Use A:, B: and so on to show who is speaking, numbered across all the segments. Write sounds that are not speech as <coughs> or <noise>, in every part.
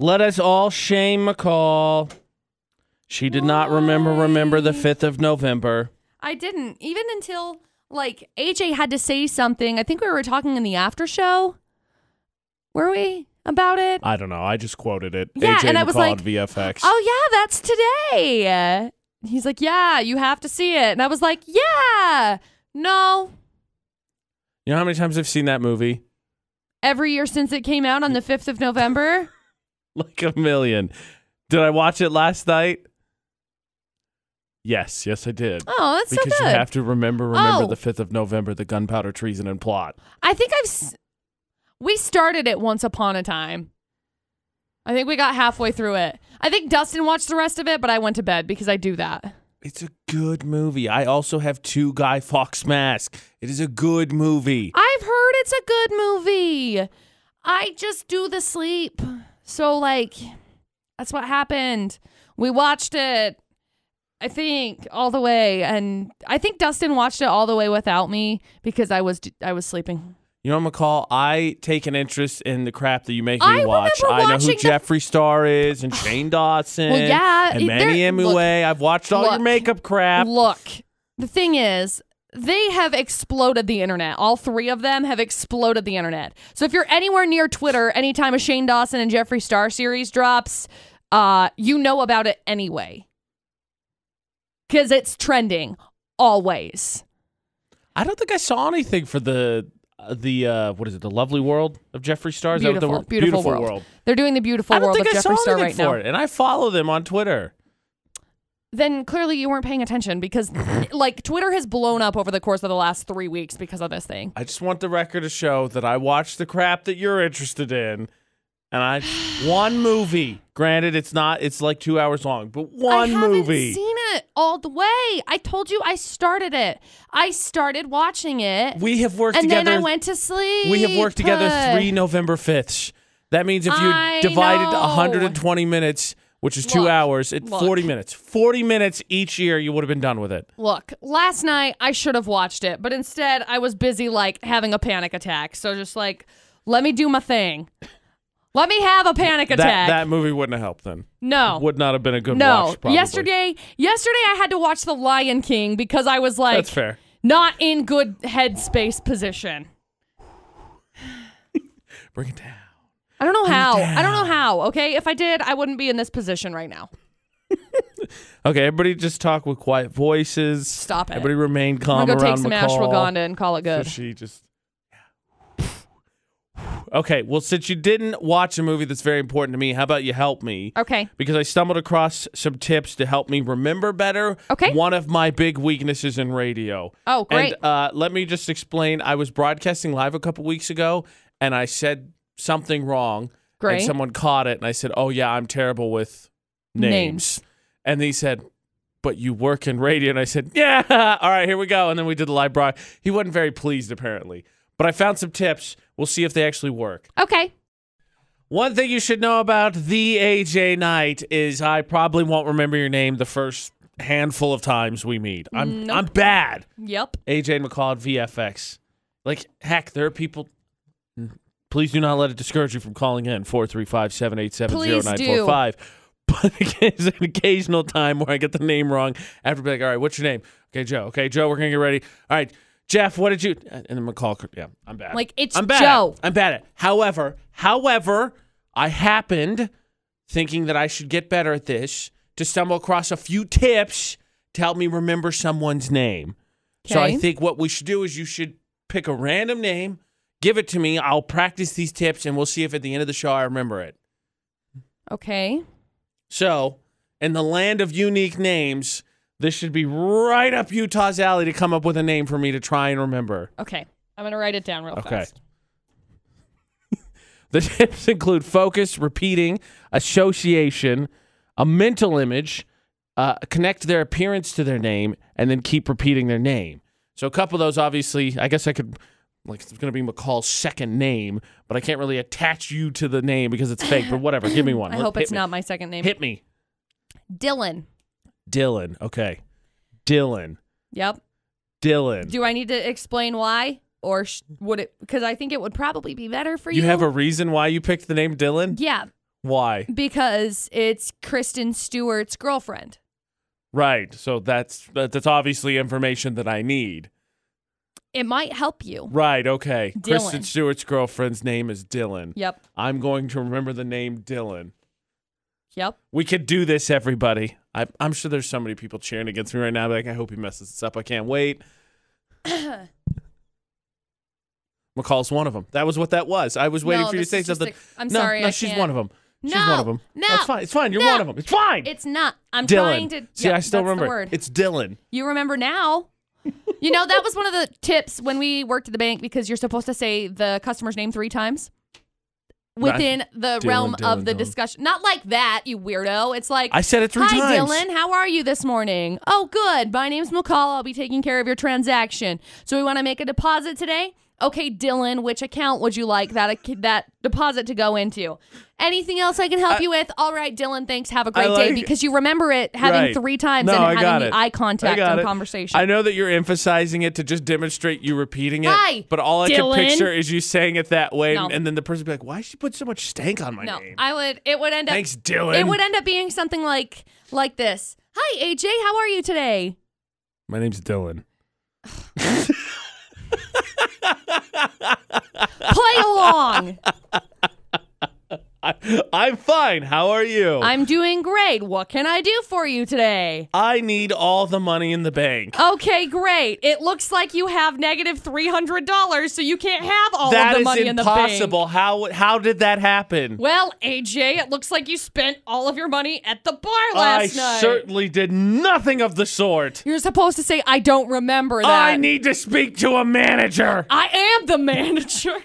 A: Let us all shame McCall. She did not remember remember the
B: Why?
A: 5th of November.
B: I didn't. Even until like AJ had to say something. I think we were talking in the after show. Were we about it?
A: I don't know. I just quoted it.
B: Yeah,
A: AJ
B: and
A: McCall
B: I was like,
A: at VFX.
B: Oh yeah, that's today. He's like, "Yeah, you have to see it." And I was like, "Yeah." No.
A: You know how many times I've seen that movie? <laughs>
B: Every year since it came out on the 5th
A: <laughs>
B: of November.
A: Like a million. Did I watch it last night? Yes, yes, I did.
B: Oh, that's
A: because
B: so
A: you
B: good.
A: have to remember, remember
B: Oh.
A: the 5th of November, the gunpowder treason and plot.
B: I think I've s- we started it once upon a time. I think we got halfway through it. I think Dustin watched the rest of it, but I went to bed because I do that.
A: It's a good movie. I also have two Guy Fox masks. It is a good movie.
B: I've heard it's a good movie. I just do the sleep. So, like, that's what happened. We watched it, I think, all the way. And I think Dustin watched it all the way without me because I was I was sleeping.
A: You know, McCall, I take an interest in the crap that you make
B: I
A: me watch.
B: remember
A: I know who
B: watching the-
A: Jeffree Star is
B: <sighs>
A: and Shane Dawson.
B: Well, yeah,
A: And
B: it-
A: Manny
B: there-
A: Emoué.
B: look-
A: I've watched all your
B: look,
A: makeup crap.
B: Look, the thing is, they have exploded the internet. All three of them have exploded the internet. So if you're anywhere near Twitter, anytime a Shane Dawson and Jeffree Star series drops, uh, you know about it anyway. Because it's trending always.
A: I don't think I saw anything for the, uh, the uh, what is it, the lovely world of Jeffree Star? Is that what the
B: Beautiful,
A: word-
B: beautiful, world. They're doing the beautiful
A: I don't
B: world
A: think
B: of
A: I saw
B: Jeffree Star
A: anything
B: right
A: for
B: now.
A: it. And I follow them on Twitter.
B: Then clearly you weren't paying
A: <laughs>
B: attention because, like, Twitter has blown up over the course of the last three weeks because of this thing.
A: I just want the record to show that I watched the crap that you're interested in. And
B: <sighs>
A: I one movie. Granted, it's not it's like two hours long, but one
B: I haven't
A: movie.
B: Seen it all the way. I told you I started it. I started watching it,
A: we have worked
B: and
A: together.
B: then I went to sleep.
A: we have worked together three November fifths. That means if you
B: I
A: divided
B: know.
A: 120 minutes, which is two
B: Look,
A: hours, at
B: look.
A: 40 minutes. 40 minutes each year, you would have been done with it.
B: Look, last night I should have watched it, but instead I was busy like having a panic attack. So just like, let me do my thing. Let me have a panic
A: That,
B: attack.
A: that movie wouldn't have helped then.
B: no.
A: Would not have been a good
B: no.
A: watch. Probably.
B: Yesterday, yesterday I had to watch The Lion King because I was like
A: That's fair.
B: not in good headspace position.
A: Bring it down.
B: I don't know how. I don't
A: down.
B: know how. Okay, if I did, I wouldn't be in this position right now.
A: Okay, everybody just talk with quiet voices.
B: Stop it.
A: Everybody remain
B: I'm
A: calm
B: gonna go
A: around
B: take some
A: McCall.
B: ashwagandha and call it
A: So
B: good.
A: she just. Okay, well, since you didn't watch a movie that's very important to me, how about you help me?
B: okay.
A: Because I stumbled across some tips to help me remember better.
B: Okay.
A: One of my big weaknesses in radio.
B: Oh, great.
A: And uh, let me just explain. I was broadcasting live a couple weeks ago, and I said something wrong.
B: Great.
A: And someone caught it, and I said, "Oh yeah, I'm terrible with names."
B: Names.
A: And they said, "But you work in radio," and I said, "Yeah, <laughs> all right, here we go." And then we did the live broad. He wasn't very pleased, apparently. But I found some tips. We'll see if they actually work.
B: Okay.
A: One thing you should know about the AJ Knight is I probably won't remember your name the first handful of times we meet. I'm
B: Nope.
A: I'm bad.
B: Yep.
A: AJ McCall at VFX. Like, heck, there are people. Please do not let it discourage you from calling in 435 787 <laughs> But it's an occasional time where I get the name wrong. I have to be like, all right, what's your name? Okay, Joe. Okay, Joe, we're going to get ready. All right, Jeff, what did you. And then McCall, yeah, I'm bad.
B: Like, it's
A: I'm bad
B: Joe.
A: At, I'm bad at. However, however, I happened thinking that I should get better at this to stumble across a few tips to help me remember someone's name. So I
B: Okay.
A: think what we should do is you should pick a random name, give it to me. I'll practice these tips and we'll see if at the end of the show I remember it.
B: Okay.
A: So, in the land of unique names, this should be right up Utah's alley to come up with a name for me to try and remember.
B: Okay. I'm gonna write it down real
A: Okay.
B: fast.
A: The <laughs> tips include focus, repeating, association, a mental image, uh, connect their appearance to their name, and then keep repeating their name. So a couple of those, obviously, I guess I could, like, it's going to be McCall's second name, but I can't really attach you to the name because it's fake. But whatever, give me one.
B: <laughs> I
A: Let-
B: hope
A: hit
B: it's
A: me.
B: not my second name.
A: Hit me,
B: Dylan.
A: Dylan. Okay, Dylan,
B: Yep.
A: Dylan.
B: Do I need to explain why, or sh- would it? Because I think it would probably be better for you.
A: you have a reason why you picked the name Dylan?
B: Yeah.
A: Why?
B: because it's Kristen Stewart's girlfriend.
A: Right. So that's that, that's obviously information that I need.
B: It might help you.
A: Right. Okay. Kristen
B: Dylan.
A: Stewart's girlfriend's name is Dylan.
B: Yep.
A: I'm going to remember the name Dylan.
B: Yep.
A: We could do this, everybody. I, I'm sure there's so many people cheering against me right now. Like, I hope he messes this up. I can't
B: <coughs>
A: wait. McCall's one of them. That was what that was. I was waiting
B: No,
A: for you to
B: this
A: say
B: is just
A: something.
B: a- I'm
A: no,
B: sorry,
A: No,
B: I
A: she's
B: can't.
A: one of them. She's
B: No,
A: one of them.
B: no,
A: it's fine. It's fine. You're
B: no.
A: one of them. It's fine.
B: It's not. I'm
A: Dylan.
B: trying to.
A: See,
B: yep,
A: I still
B: that's the
A: remember.
B: word.
A: It's Dylan.
B: You remember now. you know, that was one of the tips when we worked at the bank because you're supposed to say the customer's name three times within the
A: Dylan,
B: realm
A: Dylan,
B: of the
A: Dylan.
B: discussion. Not like that, you weirdo. It's like,
A: I said it three
B: Hi,
A: times.
B: Dylan. How are you this morning? Oh, good. My name's McCall. I'll be taking care of your transaction. So we want to make a deposit today. Okay, Dylan, which account would you like that ac- that deposit to go into? Anything else I can help you with? All right, Dylan. Thanks. Have a great
A: like-
B: day. Because you remember it having
A: Right.
B: three times
A: No,
B: and
A: I
B: having
A: got
B: the
A: it.
B: eye
A: I
B: contact
A: got
B: and
A: it.
B: conversation.
A: I know that you're emphasizing it to just demonstrate you repeating it.
B: Hi,
A: but all I
B: Dylan.
A: can picture is you saying it that way,
B: No.
A: and then the person be like, "Why she put so much stank on my
B: no,
A: name?"
B: I would. It would end up.
A: Thanks, Dylan.
B: It would end up being something like like this. Hi, AJ. How are you today?
A: my name's Dylan.
B: Play
A: <laughs>
B: along.
A: I, I'm fine. How are you?
B: I'm doing great. What can I do for you today?
A: I need all the money in the bank.
B: Okay, great. It looks like you have negative three hundred dollars, so you can't have all
A: That
B: of the
A: is
B: money in the bank.
A: impossible. How how did that happen?
B: Well, AJ, it looks like you spent all of your money at the bar
A: I
B: last night.
A: certainly did nothing of the sort.
B: You're supposed to say I don't remember that.
A: I need to speak to a manager.
B: I am the manager. <laughs>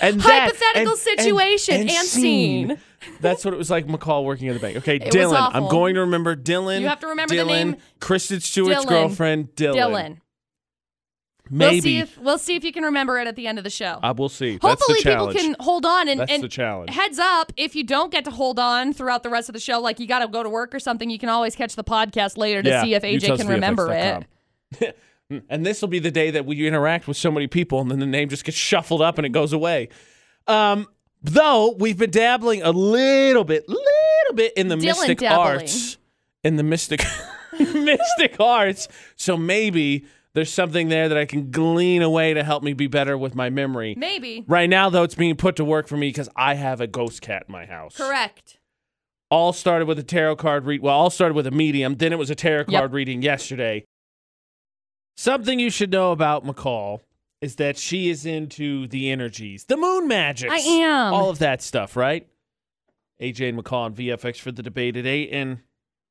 A: And that-
B: Hypothetical situation and scene.
A: <laughs> That's what it was like. McCall working at the bank. Okay,
B: It was
A: Dylan. I'm
B: awful.
A: going to remember Dylan.
B: You have to remember the
A: Dylan,
B: name
A: Kristen Stewart's
B: Dylan.
A: girlfriend. Dylan.
B: Dylan.
A: Maybe.
B: We'll see if we'll see if you can remember it at the end of the show.
A: I will see.
B: Hopefully
A: That's the
B: people
A: challenge.
B: can hold on and,
A: That's
B: and
A: the challenge.
B: heads up if you don't get to hold on throughout the rest of the show, like you gotta go to work or something, you can always catch the podcast later to
A: Yeah,
B: see if AJ can remember it.
A: utahsvfx.com. <laughs> and this will be the day that we interact with so many people, and then the name just gets shuffled up and it goes away. Um, though we've been dabbling a little bit, little bit in the
B: Dylan
A: mystic
B: dabbling.
A: arts, in the mystic <laughs> mystic arts. So maybe there's something there that I can glean away to help me be better with my memory.
B: Maybe.
A: Right now, though, it's being put to work for me because I have a ghost cat in my house
B: Correct.
A: all started with a tarot card read. Well, all started with a medium. Then it was a tarot
B: Yep.
A: card reading yesterday. Something you should know about McCall is that she is into the energies, the moon magics.
B: I am.
A: All of that stuff, right? AJ and McCall on VFX for the debate today. And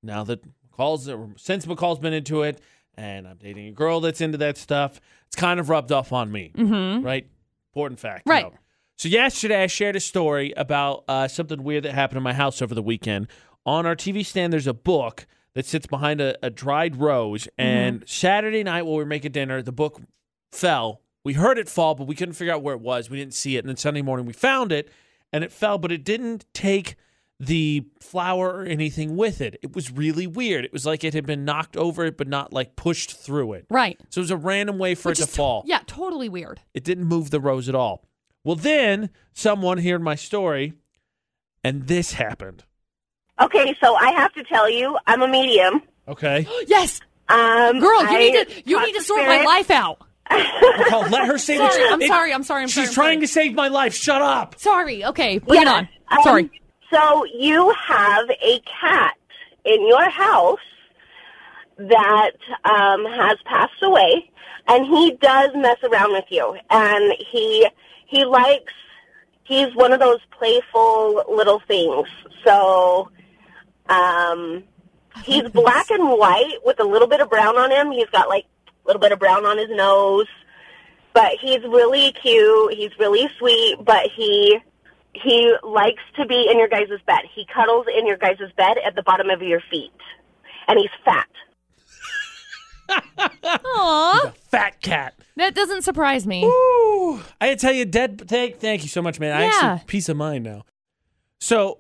A: now that McCall's, since McCall's been into it, and I'm dating a girl that's into that stuff, it's kind of rubbed off on me
B: Mm-hmm.
A: right? Important fact.
B: Right.
A: No. So yesterday I shared a story about uh, something weird that happened in my house over the weekend. On our TV stand, there's a book that sits behind a, a dried rose.
B: Mm-hmm.
A: And Saturday night while we were making dinner, the book fell. We heard it fall, but we couldn't figure out where it was. We didn't see it. And then Sunday morning we found it, and it fell, but it didn't take the flower or anything with it. It was really weird. It was like it had been knocked over it, but not like pushed through it.
B: Right.
A: So it was a random way for
B: Which
A: it
B: is
A: to
B: to-
A: fall.
B: Yeah, totally weird.
A: It didn't move the rose at all. Well, then someone heard my story, and this happened.
C: Okay, so I have to tell you, I'm a medium.
A: <gasps> Okay.
B: <gasps> Yes,
C: Um,
B: girl, you
C: I
B: need to you
C: talk
B: need to sort my
C: spirits.
B: life out. <laughs>
A: McCall, Oh, let her say what
B: Sorry, I'm
A: it-
B: sorry. I'm sorry. I'm sorry.
A: She's
B: I'm
A: trying to save my life. Shut up.
B: Sorry. Sorry, Okay, bring
C: Yeah,
B: it on. Sorry.
C: um, So you have a cat in your house that um, has passed away, and he does mess around with you, and he he likes. He's one of those playful little things. So, um,
B: <laughs>
C: he's black and white with a little bit of brown on him. He's got like a little bit of brown on his nose, but he's really cute. He's really sweet, but he he likes to be in your guys' bed. He cuddles in your guys' bed at the bottom of your feet, and he's fat.
B: Aw,
A: Fat cat.
B: that doesn't surprise me.
A: Ooh. I had to tell you, dead. Thank, thank you so much, man. I
B: Yeah.
A: actually peace of mind now. So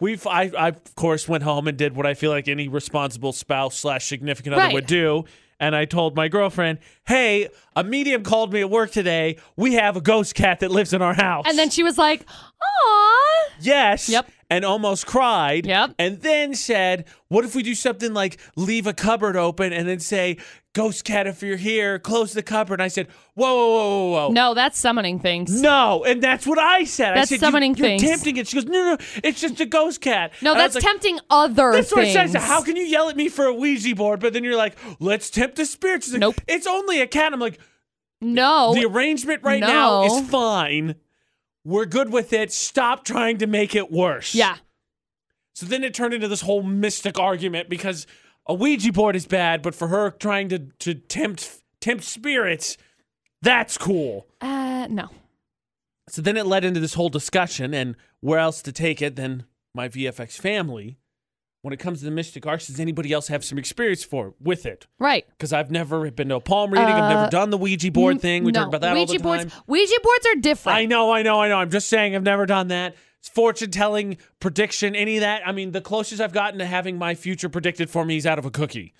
A: we've, I, I of course went home and did what I feel like any responsible spouse slash significant other
B: Right.
A: would do. And I told my girlfriend, "Hey, a medium called me at work today. We have a ghost cat that lives in our house."
B: And then she was like, "Aw,
A: yes
B: Yep.
A: and almost cried
B: Yep.
A: and then said what if we do something like leave a cupboard open and then say ghost cat if you're here close the cupboard and i said whoa whoa whoa whoa whoa
B: No, that's summoning things.
A: no, and that's what I said.
B: That's
A: I said,
B: summoning
A: you, are
B: things.
A: tempting it. She goes, no, no, it's just a ghost cat.
B: No,
A: And I was
B: that's
A: like,
B: tempting other
A: That's what I
B: things.
A: said. I said, How can you yell at me for a Ouija board? But then you're like, let's tempt the spirits. She's like,
B: Nope.
A: It's only a cat. I'm like,
B: no,
A: the arrangement right now
B: no.
A: is fine. We're good with it. Stop trying to make it worse.
B: yeah,
A: So then it turned into this whole mystic argument because a Ouija board is bad, but for her trying to, to tempt tempt spirits, that's cool.
B: uh, no.
A: So then it led into this whole discussion, and where else to take it than my VFX family? When it comes to the Mystic Arts, does anybody else have some experience for with it?
B: Right.
A: Because I've never been to a palm reading. I've
B: Uh,
A: never done the Ouija board
B: N-
A: thing. We
B: no.
A: talk about that
B: Ouija
A: all the time.
B: boards. Ouija boards are different.
A: I know, I know, I know. I'm just saying I've never done that. It's fortune telling, prediction, any of that. I mean, the closest I've gotten to having my future predicted for me is out of a cookie.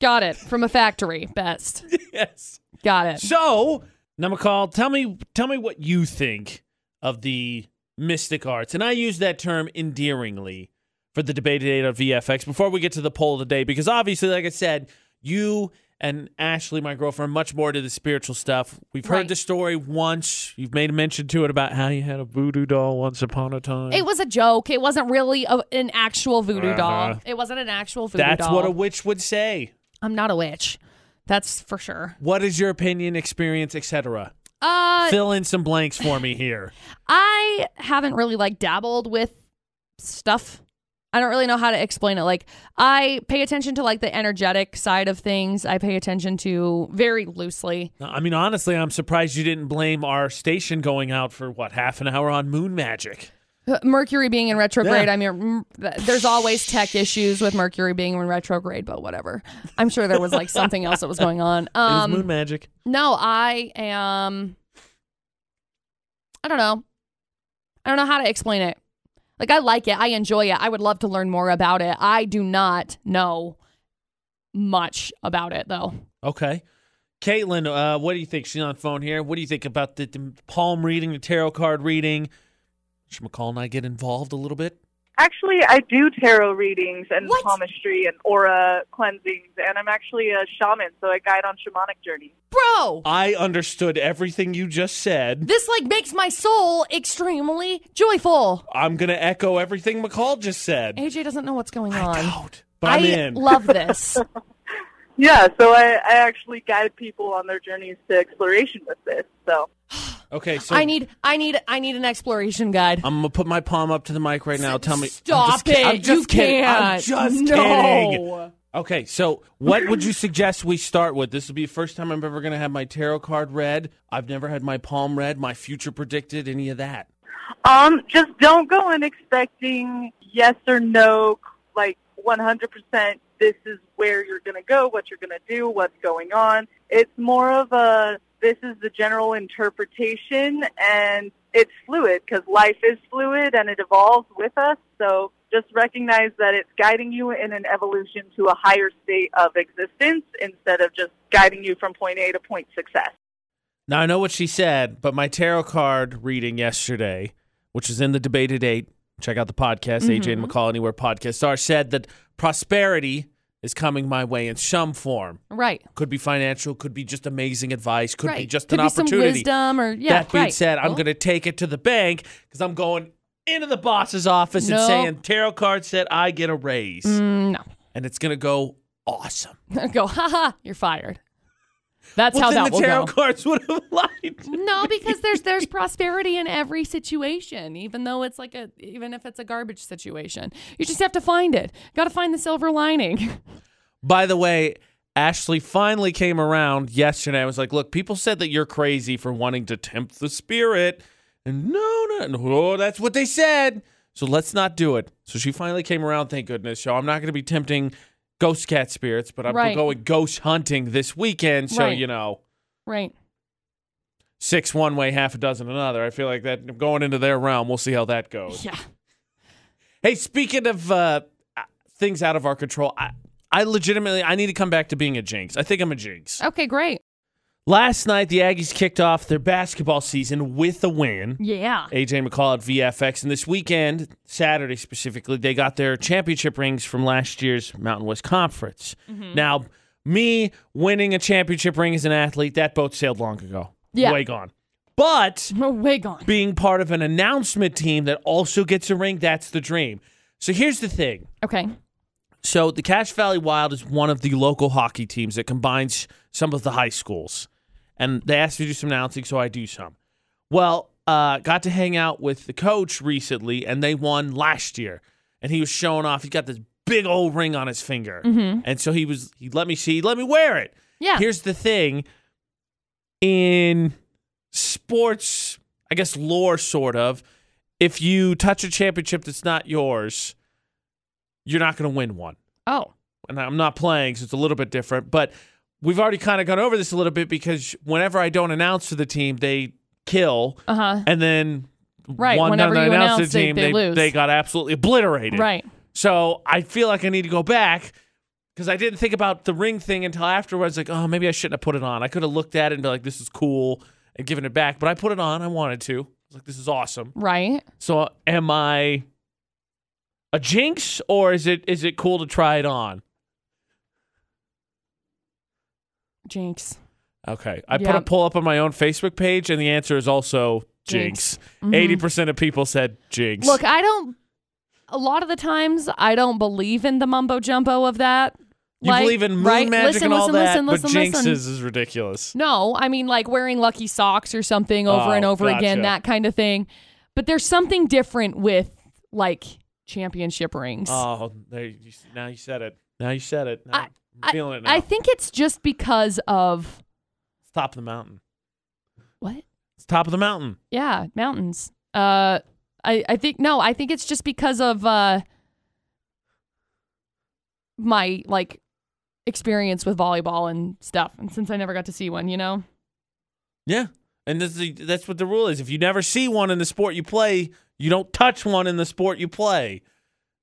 B: Got it from a factory. Best.
A: yes.
B: Got it.
A: So, Namakal, tell me tell me what you think of the mystic arts. And I use that term endearingly for the debate today on VFX before we get to the poll of the day, because obviously, like I said, you and Ashley, my girlfriend, much more to the spiritual stuff. We've heard
B: Right.
A: the story once. You've made a mention to it about how you had a voodoo doll once upon a time.
B: It was a joke. It wasn't really a, an actual voodoo
A: Mm-hmm. Uh-huh.
B: doll. It wasn't an actual voodoo
A: That's
B: doll.
A: what a witch would say.
B: I'm not a witch. That's for sure.
A: What is your opinion, experience, etc.?
B: Uh,
A: Fill in some blanks for me here.
B: I haven't really like dabbled with stuff. I don't really know how to explain it. Like I pay attention to like the energetic side of things. I pay attention to very loosely.
A: No, I mean, honestly, I'm surprised you didn't blame our station going out for what half an hour on Moon Magic.
B: Uh, Mercury being in retrograde.
A: Yeah.
B: I mean, mm, th- there's always tech issues with Mercury being in retrograde, but whatever. I'm sure there was like something else that was going on.
A: It was
B: Um,
A: Moon Magic.
B: No, I am. I don't know. I don't know how to explain it. Like, I like it. I enjoy it. I would love to learn more about it. I do not know much about it, though.
A: Okay, Caitlin, uh, what do you think? She's on the phone here. What do you think about the, the palm reading, the tarot card reading? Should McCall and I get involved a little bit?
D: Actually, I do tarot readings and
B: What?
D: palmistry and aura cleansings, and I'm actually a shaman, so I guide on shamanic journeys.
B: Bro,
A: I understood everything you just said.
B: this like makes my soul extremely joyful.
A: I'm gonna echo everything McCall just said.
B: AJ doesn't know what's going on.
A: Out, but I'm
B: I
A: in. <laughs>
B: love this.
D: Yeah, so I, I actually guide people on their journeys to exploration with this. So
A: okay, so
B: I need, I need, I need an exploration guide.
A: I'm gonna put my palm up to the mic right now. Tell me. I'm
B: Stop
A: just kid- I'm
B: it.
A: just
B: you
A: kidding.
B: can't.
A: I'm just
B: no.
A: kidding. Okay, so what would you suggest we start with? This will be the first time I'm ever going to have my tarot card read. I've never had my palm read, my future predicted, any of that.
D: um, just don't go in expecting yes or no, like 100% this is where you're going to go, what you're going to do, what's going on. It's more of a this is the general interpretation, and it's fluid because life is fluid and it evolves with us. So just recognize that it's guiding you in an evolution to a higher state of existence instead of just guiding you from point A to point success.
A: Now, I know what she said, but my tarot card reading yesterday, which is in the debate today, check out the podcast, AJ
B: Mm-hmm.
A: and McCall Anywhere Podcast are, said that prosperity is coming my way in some form.
B: Right.
A: Could be financial, could be just amazing advice, could
B: right.
A: be just
B: Could
A: an
B: be
A: opportunity.
B: Some wisdom or yeah.
A: that being
B: right.
A: said, I'm
B: Well,
A: going to take it to the bank because I'm going into the boss's office and
B: No.
A: saying, tarot card said I get a raise.
B: Mm,
A: And it's going to go awesome.
B: no. <laughs> go. Ha ha. You're fired. That's
A: well,
B: how
A: then
B: that
A: the
B: will
A: tarot
B: go.
A: <laughs> cards would have lied.
B: no, because there's there's prosperity in every situation, even though it's like a even if it's a garbage situation. You just have to find it. Got to find the silver lining. <laughs>
A: By the way, Ashley finally came around yesterday. I was like, look, people said that you're crazy for wanting to tempt the spirit. And no, no, no, that's what they said. So let's not do it. So she finally came around, thank goodness. So I'm not going to be tempting ghost cat spirits, but I'm
B: Right.
A: going ghost hunting this weekend. So,
B: Right.
A: you know.
B: Right.
A: six one way, half a dozen another. I feel like that I'm going into their realm. We'll see how that goes.
B: Yeah.
A: Hey, speaking of uh, things out of
B: Oh.
A: our control, I, I legitimately I need to come back to being a jinx. I think I'm a jinx.
B: Okay. Great.
A: Last night, the Aggies kicked off their basketball season with a win.
B: Yeah.
A: AJ McCall at VFX. And this weekend, Saturday specifically, they got their championship rings from last year's Mountain West Conference.
B: Mm-hmm.
A: Now, me winning a championship ring as an athlete, that boat sailed long ago.
B: Yeah.
A: Way gone. But
B: No wig on.
A: being part of an announcement team that also gets a ring, that's the dream. So here's the thing.
B: Okay.
A: So the Cache Valley Wild is one of the local hockey teams that combines some of the high schools. And they asked me to do some announcing, so I do some. Well, uh, got to hang out with the coach recently, and they won last year. And he was showing off. He's got this big old ring on his finger.
B: Mm-hmm.
A: And so he was, he let me see, he let me wear it.
B: Yeah.
A: Here's the thing in sports, I guess, lore, sort of, if you touch a championship that's not yours, you're not going to win one.
B: oh.
A: And I'm not playing, so it's a little bit different. But we've already kind of gone over this a little bit because whenever I don't announce to the team, they kill.
B: Uh huh.
A: And then
B: Right,
A: one time
B: whenever
A: I
B: you
A: announced to
B: announce,
A: the
B: they-
A: team,
B: they
A: they,
B: lose.
A: got absolutely obliterated.
B: Right.
A: So I feel like I need to go back because I didn't think about the ring thing until afterwards. Like, oh, maybe I shouldn't have put it on. I could have looked at it and be like, this is cool and given it back. But I put it on. I wanted to. I was like, this is awesome.
B: Right.
A: So uh, am I a jinx or is it is it cool to try it on?
B: Jinx.
A: Okay. I put
B: Yeah.
A: a poll up on my own Facebook page and the answer is also jinx. 80% of people said jinx.
B: Mm-hmm. Look, I don't. A lot of the times, I don't believe in the mumbo jumbo of that.
A: you
B: Like,
A: believe in moon
B: right?
A: magic
B: listen,
A: and all
B: listen,
A: that,
B: listen, listen,
A: but jinx
B: listen.
A: is, is ridiculous.
B: No, I mean like wearing lucky socks or something
A: Oh,
B: over and over again,
A: gotcha.
B: that kind of thing. But there's something different with like championship rings.
A: Oh, there you, now you said it. Now you said it. Now
B: I-
A: I'm feeling it now.
B: I think it's just because of
A: it's top of the mountain.
B: what?
A: It's top of the mountain.
B: Yeah, mountains. Uh I I think no, I think it's just because of uh my like experience with volleyball and stuff. And since I never got to see one, you know.
A: Yeah. And this is the, that's what the rule is. If you never see one in the sport you play, you don't touch one in the sport you play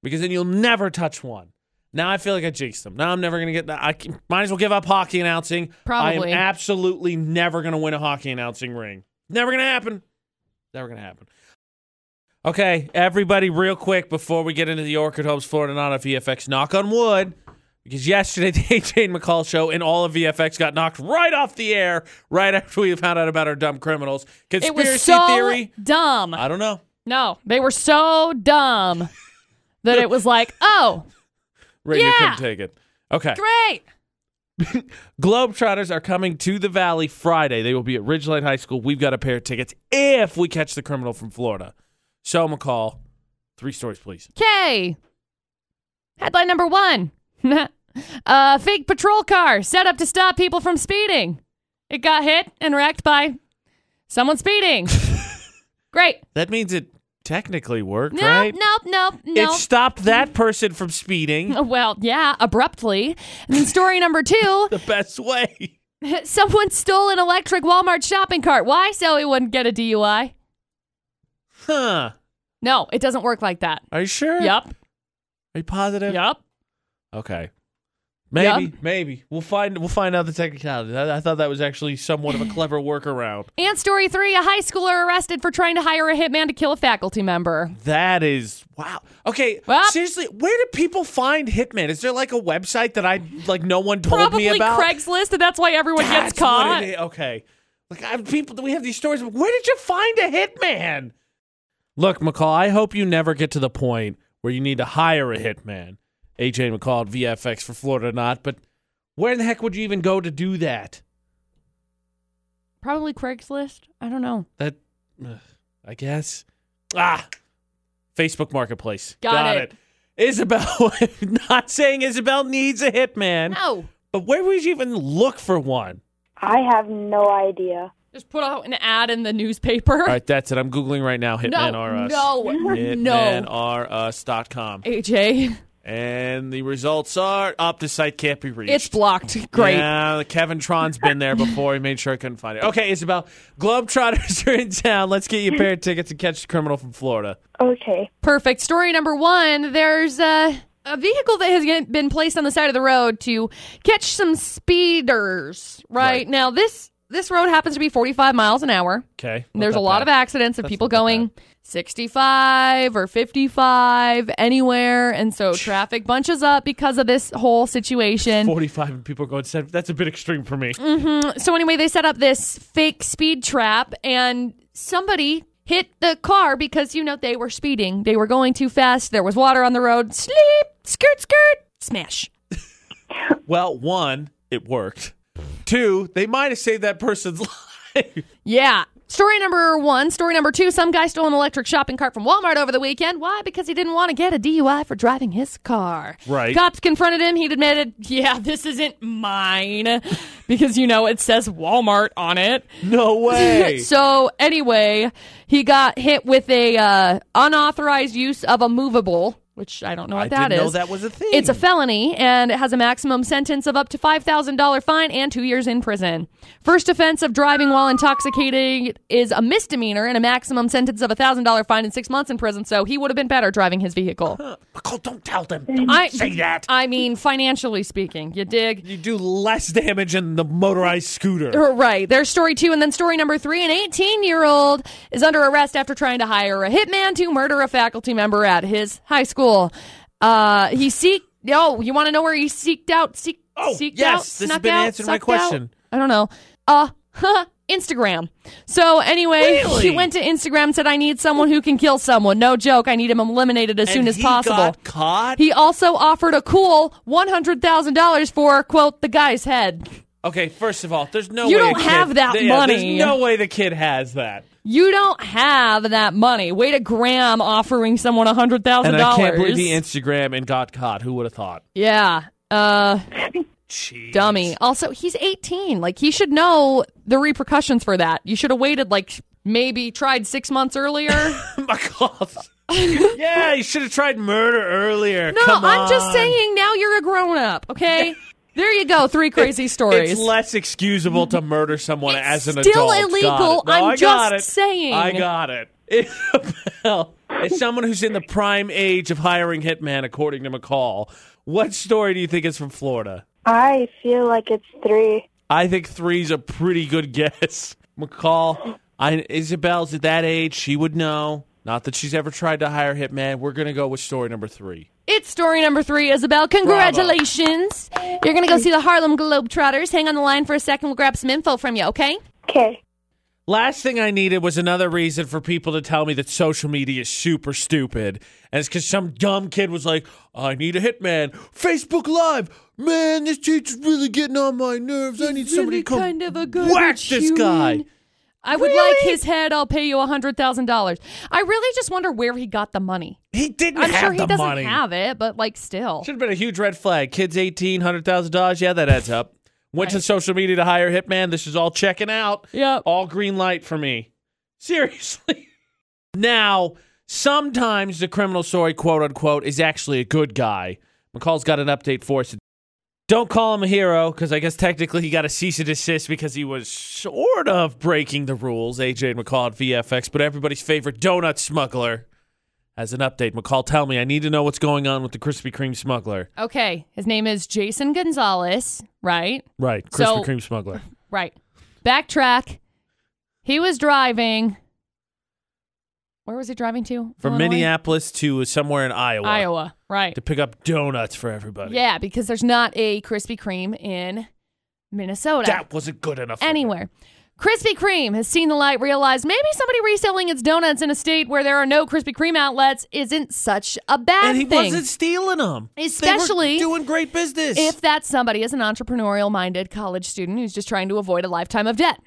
A: because then you'll never touch one. Now I feel like I jinxed them. Now I'm never going to get that. I can, might as well give up hockey announcing. I
B: Probably.
A: am absolutely never going to win a hockey announcing ring. Never going to happen. Never going to happen. Okay, everybody, real quick before we get into the Orchid Homes Florida Not a VFX, knock on wood, because yesterday <laughs> the AJ and McCall show and all of VFX got knocked right off the air right after we found out about our dumb criminals.
B: It
A: Conspiracy
B: was so
A: theory?
B: dumb.
A: I don't know.
B: No, they were so dumb that it was like, oh,
A: Radio
B: Yeah.
A: couldn't take it. Okay.
B: great.
A: Globetrotters are coming to the Valley Friday. They will be at Ridgeline High School. We've got a pair of tickets if we catch the criminal from Florida. So, McCall, three stories, please.
B: Okay. Headline number one <laughs> uh, Fake patrol car set up to stop people from speeding. It got hit and wrecked by someone speeding. Great.
A: That means it technically worked,
B: Nope,
A: right?
B: nope, nope, nope.
A: It stopped that person from speeding
B: <laughs> well, yeah, abruptly. And then story number two
A: <laughs>
B: <laughs>
A: the best way.
B: someone stole an electric Walmart shopping cart. Why? So he wouldn't get a DUI.
A: Huh.
B: No, it doesn't work like that.
A: Are you sure?
B: Yup,
A: Are you positive?
B: yup.
A: Okay. Maybe,
B: Yup.
A: maybe. We'll find we'll find out the technicality. I, I thought that was actually somewhat of a clever
B: <clears throat>
A: workaround.
B: And story three a high schooler arrested for trying to hire a hitman to kill a faculty member.
A: That is wow. Okay,
B: Well-
A: seriously, where do people find hitman? Is there like a website that I like no one told
B: Probably
A: me about?
B: Craigslist, and that's why everyone
A: That's
B: gets caught.
A: what it is. Okay. Like I people we have these stories, but where did you find a hitman? Look, McCall, I hope you never get to the point where you need to hire a hitman. AJ McCall at VFX for Florida or not, but where in the heck would you even go to do that?
B: Probably Craigslist. I don't know.
A: That ugh, I guess. Ah. Facebook Marketplace.
B: Got
A: it.
B: it.
A: Isabel <laughs> not saying Isabel needs a hitman,
B: No.
A: but where would you even look for one?
E: I have no idea.
B: Just put out an ad in the newspaper.
A: All right, that's it. I'm googling right now hitman
B: <laughs> no,
A: or us.
B: no, <laughs> no.
A: hitmanrus.com.
B: AJ,
A: And the results are up. The site can't be reached.
B: it's blocked. Great.
A: Yeah, Kevin Tron's been there before. He made sure I couldn't find it. Okay, Isabel, Globetrotters <laughs> are in town. Let's get you a pair of tickets and catch the criminal from Florida.
E: Okay.
B: Perfect. Story number one there's a, a vehicle that has get- been placed on the side of the road to catch some speeders, right?
A: Right.
B: Now, this this road happens to be 45 miles an hour.
A: Okay.
B: And there's a lot of accidents of
A: That's
B: people
A: not that
B: going 65 or 55 anywhere. And so traffic bunches up because of this whole situation.
A: 45 and people are going, "Said- that's a bit extreme for me.
B: Mm. So, anyway, they set up this fake speed trap, and somebody hit the car because, you know, they were speeding. They were going too fast. There was water on the road. Sleep, skirt, skirt, smash.
A: Well, one, it worked. Two, they might have saved that person's <laughs> life.
B: Yeah. Story number one. Story number two. Some guy stole an electric shopping cart from Walmart over the weekend. Why? Because he didn't want to get a DUI for driving his car.
A: Right.
B: Cops confronted him. He admitted, yeah, this isn't mine. <laughs> because, you know, it says Walmart on it.
A: No way.
B: <laughs> So, anyway, he got hit with a uh, unauthorized use of a movable, which I don't know what
A: I
B: that
A: didn't know
B: is.
A: that was a thing.
B: It's a felony and it has a maximum sentence of up to $5,000 fine and two years in prison. First offense of driving while intoxicated is a misdemeanor and a maximum sentence of $1,000 fine and six months in prison, so he would have been better driving his vehicle.
A: Nicole, don't tell them. Don't
B: I,
A: say that.
B: I mean, financially speaking, you dig?
A: you do less damage in the motorized scooter.
B: Right. There's story two, and then story number three. An 18 year old is under arrest after trying to hire a hitman to murder a faculty member at his high school. Uh, he seek. Oh, you want to know where he seeked out? Seek.
A: Oh,
B: seeked
A: yes,
B: out,
A: this has
B: snuck
A: been
B: out,
A: answering my
B: sucked
A: question.
B: out? I don't know. Uh, Instagram. So anyway,
A: Really?
B: he went to Instagram and said, "I need someone who can kill someone. No joke. I need him eliminated as soon
A: And
B: as
A: he
B: possible."
A: got caught?
B: He also offered a cool one hundred thousand dollars for quote the guy's head.
A: Okay, first of all, there's no
B: You
A: way a
B: don't
A: kid-
B: have that
A: yeah,
B: money.
A: There's no way the kid has that.
B: You don't have that money. Wait a gram offering someone a hundred thousand
A: And
B: dollars.
A: I can't believe he Instagram and got caught. Who would have thought?
B: yeah. Uh,
A: Jeez.
B: dummy. Also, he's 18. Like, he should know the repercussions for that. You should have waited, like, maybe tried six months earlier.
A: <laughs> <laughs> My
B: <laughs>
A: God. yeah, you should have tried murder earlier.
B: no,
A: Come
B: I'm just
A: on.
B: saying now you're a grown up,
A: <laughs>
B: okay? there you go. Three crazy stories.
A: It's less excusable to murder someone as an adult.
B: still
A: Got
B: illegal.
A: it. No,
B: I'm
A: I got
B: just
A: it.
B: saying.
A: I got it. Isabel, as someone who's in the prime age of hiring hitman, according to McCall, what story do you think is from Florida?
E: I feel like it's three.
A: I think three's a pretty good guess. McCall, I, Isabel's at that age. She would know. Not that she's ever tried to hire hitman. We're going to go with story number three.
B: It's story number three, Isabel. Congratulations. You're going to go see the Harlem Globetrotters. Hang on the line for a second. We'll grab some info from you, okay?
E: Okay.
A: Last thing I needed was another reason for people to tell me that social media is super stupid. And it's because some dumb kid was like, I need a hitman. Facebook Live. Man, this teacher's really getting on my nerves. I need somebody to come
B: kind of a good
A: whack this guy.
B: I would like his head. I'll pay you $100,000. I really just wonder where he got the money.
A: He didn't
B: I'm
A: have
B: sure he
A: the
B: doesn't
A: money.
B: have it, but like still.
A: Should have been a huge red flag. Kids eighteen, hundred thousand dollars. Yeah, that adds up. Went to social media to hire hitman. This is all checking out.
B: Yep.
A: All green light for me. Seriously. <laughs> now, sometimes the criminal story, quote unquote, is actually a good guy. McCall's got an update for us. Don't call him a hero because I guess technically he got a cease and desist because he was sort of breaking the rules. AJ and McCall at VFX, but everybody's favorite donut smuggler has an update. McCall, tell me. I need to know what's going on with the Krispy Kreme smuggler.
B: Okay. His name is Jason Gonzalez, right?
A: Right, Krispy
B: So-
A: Kreme
B: <laughs>
A: smuggler.
B: Right. Backtrack. He was driving. Where was he driving to?
A: From
B: Illinois?
A: Minneapolis to somewhere in Iowa,
B: Iowa. Right.
A: to pick up donuts for everybody.
B: Yeah, because there's not a Krispy Kreme in Minnesota.
A: That wasn't good enough. for me.
B: anywhere. Krispy Kreme has seen the light, realized maybe somebody reselling its donuts in a state where there are no Krispy Kreme outlets isn't such a bad
A: And he
B: thing.
A: wasn't stealing them.
B: Especially
A: they were doing great business.
B: if that somebody is an entrepreneurial minded college student who's just trying to avoid a lifetime of debt.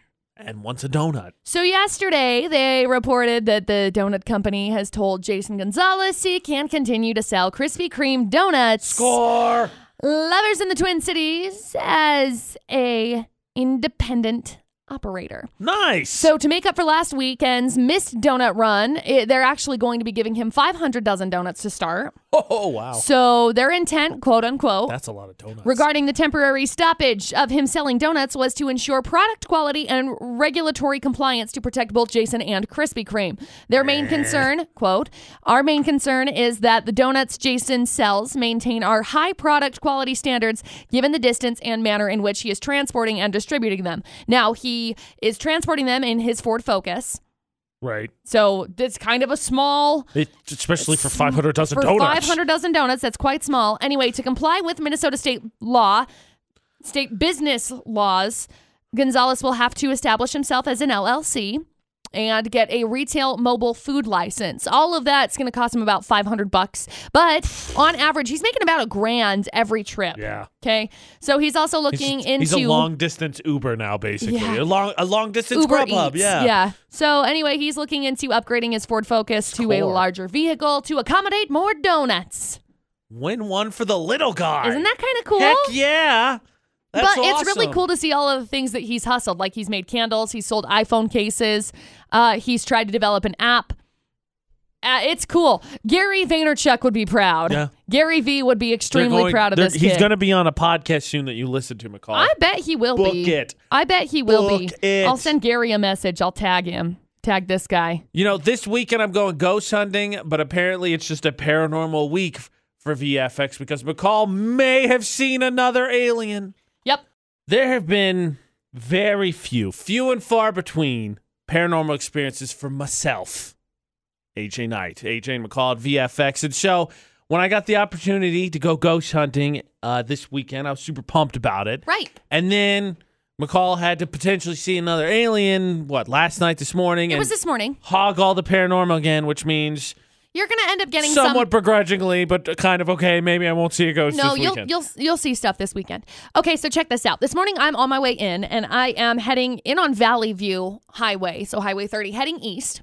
A: and once a donut.
B: So, yesterday, they reported that the donut company has told Jason Gonzalez he can continue to sell Krispy Kreme donuts.
A: Score.
B: Lovers in the Twin Cities as a independent operator.
A: Nice.
B: So to make up for last weekend's missed donut run, it, they're actually going to be giving him 500 dozen donuts to start.
A: oh, <laughs> oh, wow.
B: So their intent, quote unquote,
A: That's a lot of donuts.
B: regarding the temporary stoppage of him selling donuts was to ensure product quality and regulatory compliance to protect both Jason and Krispy Kreme. Their main concern, quote, our main concern is that the donuts Jason sells maintain our high product quality standards given the distance and manner in which he is transporting and distributing them. Now, he he is transporting them in his Ford Focus.
A: Right.
B: So it's kind of a small
A: It, especially for 500 dozen
B: for
A: donuts.
B: 500 dozen donuts. That's quite small. Anyway, to comply with Minnesota state law, state business laws, Gonzalez will have to establish himself as an LLC and get a retail mobile food license. All of that's going to cost him about 500 bucks, but on average, he's making about a grand every trip.
A: Yeah.
B: Okay. So he's also
A: He's-
B: looking into
A: He's a long distance Uber now, basically.
B: Yeah.
A: A long a long distance
B: Uber
A: Grubhub,
B: Eats.
A: yeah.
B: So anyway, he's looking into upgrading his Ford Focus to a
A: core.
B: larger vehicle to accommodate more donuts.
A: Win one for the little guy.
B: Isn't that kind of cool?
A: Heck yeah.
B: but
A: That's
B: it's really
A: awesome.
B: cool to see all of the things that he's hustled. Like he's made candles, he's sold iPhone cases, uh, he's tried to develop an app. Uh, it's cool. Gary Vaynerchuk would be proud.
A: Yeah.
B: Gary V would be
A: They're
B: extremely
A: going-
B: proud of
A: they're-
B: this
A: He's
B: kid.
A: going to be on a podcast soon that you listen to, McCall.
B: I bet he will
A: Book
B: be.
A: it.
B: I bet he will
A: Book
B: be.
A: it.
B: I'll send Gary a message. I'll tag him. Tag this guy.
A: You know, this weekend I'm going ghost hunting, but apparently it's just a paranormal week f- for VFX because McCall may have seen another alien.
B: Yep.
A: There have been very few, few and far between paranormal experiences for myself, AJ Knight, AJ McCall at VFX. And so when I got the opportunity to go ghost hunting uh, this weekend, I was super pumped about it.
B: Right.
A: And then McCall had to potentially see another alien, what, last night, this morning?
B: It
A: and
B: was this morning.
A: hog all the paranormal again, which means
B: You're gonna end up getting
A: somewhat
B: some.
A: begrudgingly, but kind of okay. Maybe I won't see a ghost
B: No,
A: this
B: you'll
A: weekend.
B: you'll you'll see stuff this weekend. Okay, so check this out. This morning I'm on my way in, and I am heading in on Valley View Highway, so Highway 30, heading east,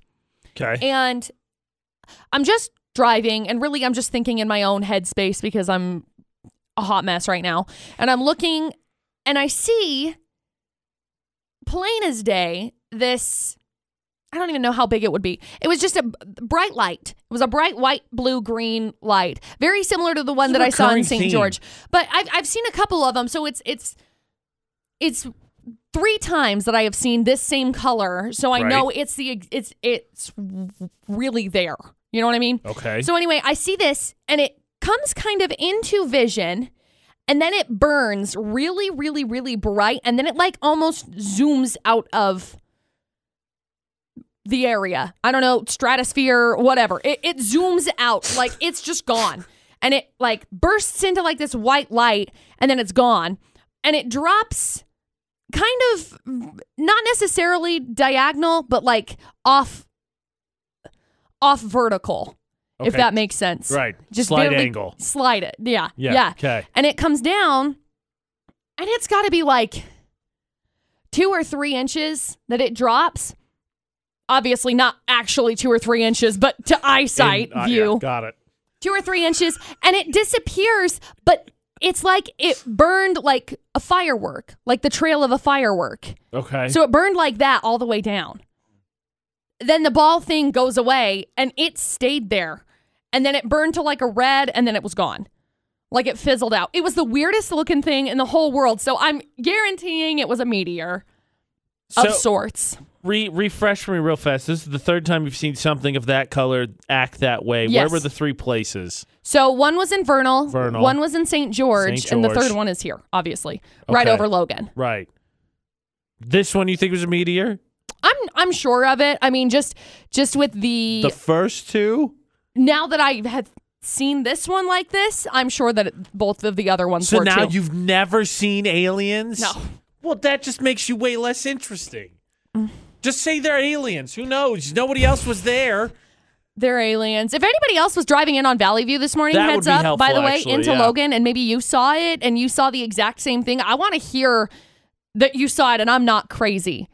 A: okay.
B: <laughs> and I'm just driving, and really I'm just thinking in my own headspace because I'm a hot mess right now, and I'm looking, and I see plain as day this. I don't even know how big it would be. It was just a b- bright light. It was a bright white, blue, green light, very similar to the one
A: It's a
B: that I saw in
A: recurring
B: St.
A: theme.
B: George. But I've I've seen a couple of them, so it's it's it's three times that I have seen this same color, so I
A: Right.
B: know it's the ex- it's it's really there. You know what I mean?
A: Okay.
B: So anyway, I see this and it comes kind of into vision and then it burns really really really bright and then it like almost zooms out of the area. I don't know, stratosphere, whatever. It it zooms out like it's just gone. And it like bursts into like this white light and then it's gone. And it drops kind of not necessarily diagonal but like off off vertical if
A: Okay.
B: that makes sense.
A: Right.
B: Just
A: Slight
B: barely
A: angle.
B: Slide it. Yeah.
A: Yeah,
B: Yeah.
A: okay.
B: And it comes down, and it's got to be like two or three inches that it drops. Obviously, not actually two or three inches, but to eyesight
A: In- uh, yeah,
B: view,
A: got it.
B: two or three inches, and it disappears. But it's like it burned like a firework, like the trail of a firework.
A: Okay.
B: So it burned like that all the way down. Then the ball thing goes away and it stayed there. And then it burned to like a red and then it was gone. Like it fizzled out. It was the weirdest looking thing in the whole world. So I'm guaranteeing it was a meteor of
A: So,
B: sorts.
A: re- refresh for me real fast. This is the third time you've seen something of that color act that way. Where
B: Yes.
A: were the three places?
B: So one was in Vernal,
A: Vernal.
B: one was in St. George,
A: St.
B: and the
A: George.
B: third one is here, obviously, right
A: Okay.
B: over Logan.
A: Right. This one you think was a meteor?
B: I'm I'm sure of it. I mean, just just with the,
A: The first two?
B: now that I have seen this one like this, I'm sure that it- both of the other ones
A: So
B: were
A: now
B: too.
A: you've never seen aliens?
B: No.
A: Well, that just makes you way less interesting.
B: Mm.
A: Just say they're aliens. Who knows? Nobody else was there.
B: They're aliens. If anybody else was driving in on Valley View this morning,
A: That would
B: heads
A: be
B: up,
A: helpful,
B: by the way,
A: actually,
B: into
A: yeah.
B: Logan, and maybe you saw it and you saw the exact same thing. I want to hear that you saw it and I'm not crazy.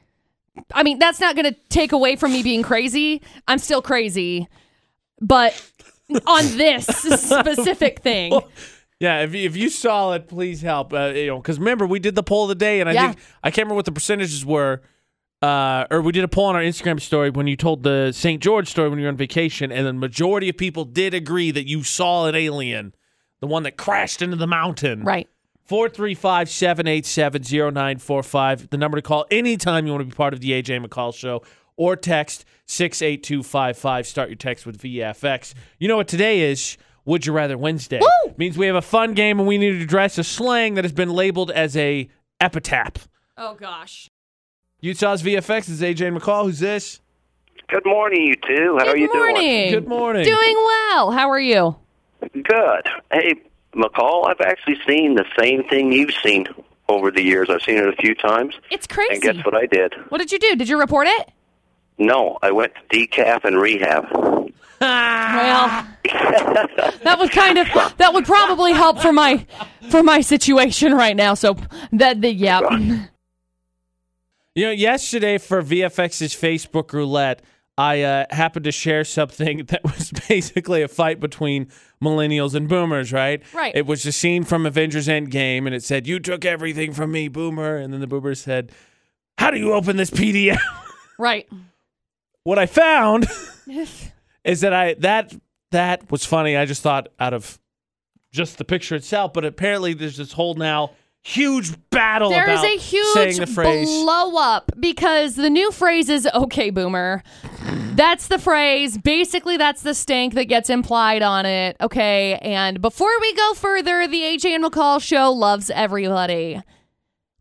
B: I mean, that's not going to take away from me being crazy. I'm still crazy. But
A: <laughs>
B: on this specific thing,
A: Yeah, if, if you saw it, please help. Uh, you know, because remember we did the poll today, and I
B: Yeah.
A: think I can't remember what the percentages were. Uh, or we did a poll on our Instagram story when you told the St. George story when you were on vacation, and the majority of people did agree that you saw an alien, the one that crashed into the mountain.
B: right.
A: Four three five seven eight seven zero nine four five. The number to call anytime you want to be part of the AJ McCall show or text 68255. Start your text with VFX. You know what today is? Would you rather Wednesday? Means we have a fun game and we need to address a slang that has been labeled as a epitaph.
B: Oh, gosh.
A: Utah's VFX is AJ McCall. Who's this?
F: Good morning, you two. How
B: Good
F: are you
B: morning.
A: Good morning.
B: Doing well. How are you?
F: doing? Good. Hey, McCall, I've actually seen the same thing you've seen over the years. I've seen it a few times.
B: It's
F: And
B: crazy.
F: guess what I did?
B: What did you do? Did you report it?
F: No, I went to decaf and rehab.
B: <laughs> Well, that would kind of that would probably help for my for my situation right now. So that the yeah.
A: You know, yesterday for VFX's Facebook roulette, I uh, happened to share something <laughs> that was basically a fight between millennials and boomers, right?
B: Right.
A: It was a scene from Avengers Endgame, and it said, You took everything from me, boomer. And then the boomer said, How do you open this PDF?
B: Right.
A: <laughs> what I
B: <laughs>
A: found is that I that that was funny. I just thought out of just the picture itself, but apparently there's this whole now huge battle
B: There is
A: about saying
B: a huge
A: the phrase.
B: blow up because the new phrase is okay boomer. That's the phrase. Basically, that's the stink that gets implied on it. Okay. And before we go further, the AJ and McCall show loves everybody.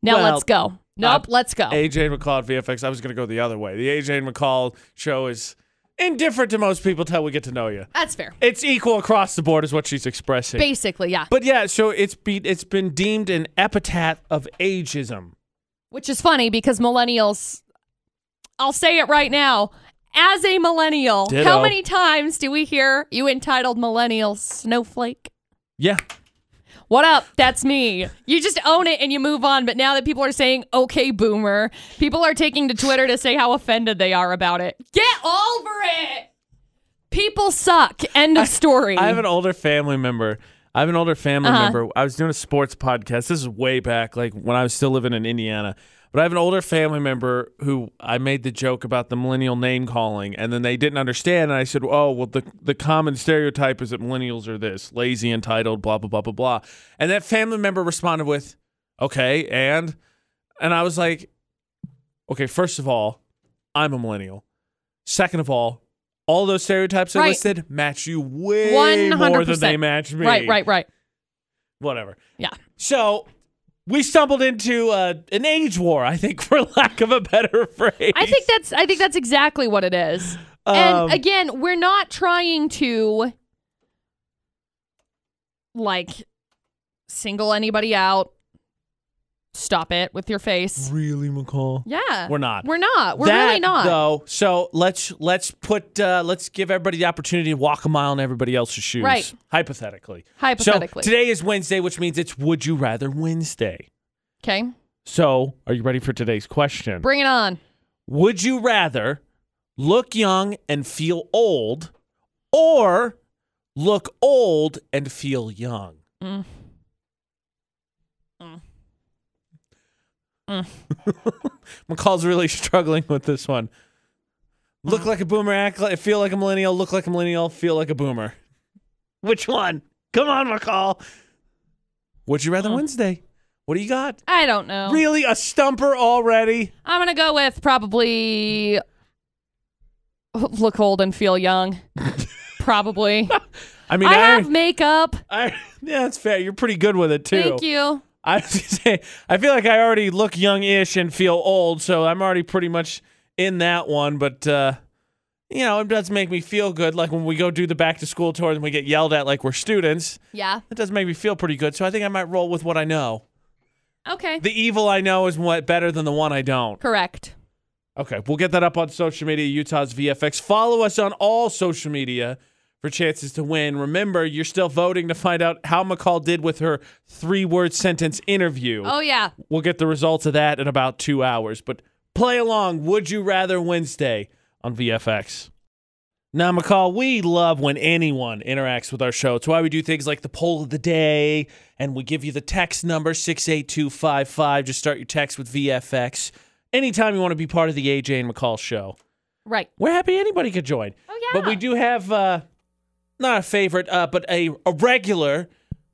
B: Now
A: Well,
B: let's go. Nope,
A: uh,
B: let's go.
A: AJ and McCall at VFX. I was going to go the other way. The AJ and McCall show is indifferent to most people till we get to know you.
B: that's fair.
A: It's equal across the board, is what she's expressing.
B: Basically, yeah.
A: but yeah, so it's be, it's been deemed an epithet of ageism.
B: Which is funny because millennials, I'll say it right now. As a millennial,
A: Ditto.
B: how many times do we hear you entitled millennial snowflake?
A: Yeah,
B: What up? That's me. You just own it and you move on. But now that people are saying, okay, boomer, people are taking to Twitter to say how offended they are about it. Get over it. People suck. End of story.
A: I have an older family member. I have an older family
B: Uh-huh.
A: member. I was doing a sports podcast. This is way back, like when I was still living in Indiana. But I have an older family member who I made the joke about the millennial name calling, and then they didn't understand. And I said, "Oh, well, the the common stereotype is that millennials are this lazy, entitled, blah blah blah blah blah." And that family member responded with, "Okay, and," and I was like, "Okay, first of all, I'm a millennial. Second of all." All those stereotypes I
B: Right.
A: listed match you way way more than
B: 100%.
A: they match me.
B: right, right, right.
A: Whatever.
B: Yeah.
A: So we stumbled into uh, an age war, I think, <laughs> for lack of a better phrase.
B: I think that's I think that's exactly what it is.
A: Um,
B: and again, we're not trying to like single anybody out. Stop it with your face.
A: really McCall.
B: Yeah.
A: Mm-hmm. We're not.
B: We're not. We're
A: That,
B: really not.
A: Though, so let's let's put uh, let's give everybody the opportunity to walk a mile in everybody else's shoes.
B: Right.
A: Hypothetically.
B: Hypothetically.
A: So today is Wednesday, which means it's Would You Rather Wednesday.
B: okay.
A: So are you ready for today's question?
B: Bring it on.
A: Would you rather look young and feel old or look old and feel young? <laughs> McCall's really struggling with this one. Look like a boomer, act like, feel like a millennial, look like a millennial, feel like a boomer. Which one? Come on, McCall. Would you rather Wednesday? What do you got?
B: I don't know.
A: Really? A stumper already?
B: I'm gonna go with probably look old and
A: <laughs>
B: feel young. probably.
A: I mean,
B: I
A: I-
B: have makeup.
A: I <laughs> yeah, that's fair. You're pretty good with it too.
B: Thank you.
A: I <laughs> was gonna say, I feel like I already look young-ish and feel old, so I'm already pretty much in that one. But uh, you know, it does make me feel good. Like when we go do the back-to-school tour and we get yelled at like we're students,
B: Yeah.
A: that does make me feel pretty good. So I think I might roll with what I know.
B: Okay.
A: The evil I know is what better than the one I don't.
B: Correct.
A: Okay, we'll get that up on social media, Utah's VFX. Follow us on all social media for chances to win. Remember, you're still voting to find out how McCall did with her three word sentence interview.
B: Oh yeah.
A: We'll get the results of that in about two hours. But play along, Would You Rather Wednesday on VFX. Now, McCall, we love when anyone interacts with our show. It's why we do things like the poll of the day, and we give you the text number 68255. Just start your text with VFX. Anytime you want to be part of the AJ and McCall show,
B: Right.
A: we're happy anybody could join.
B: Oh yeah.
A: But we do have uh, not a favorite, uh, but a, a regular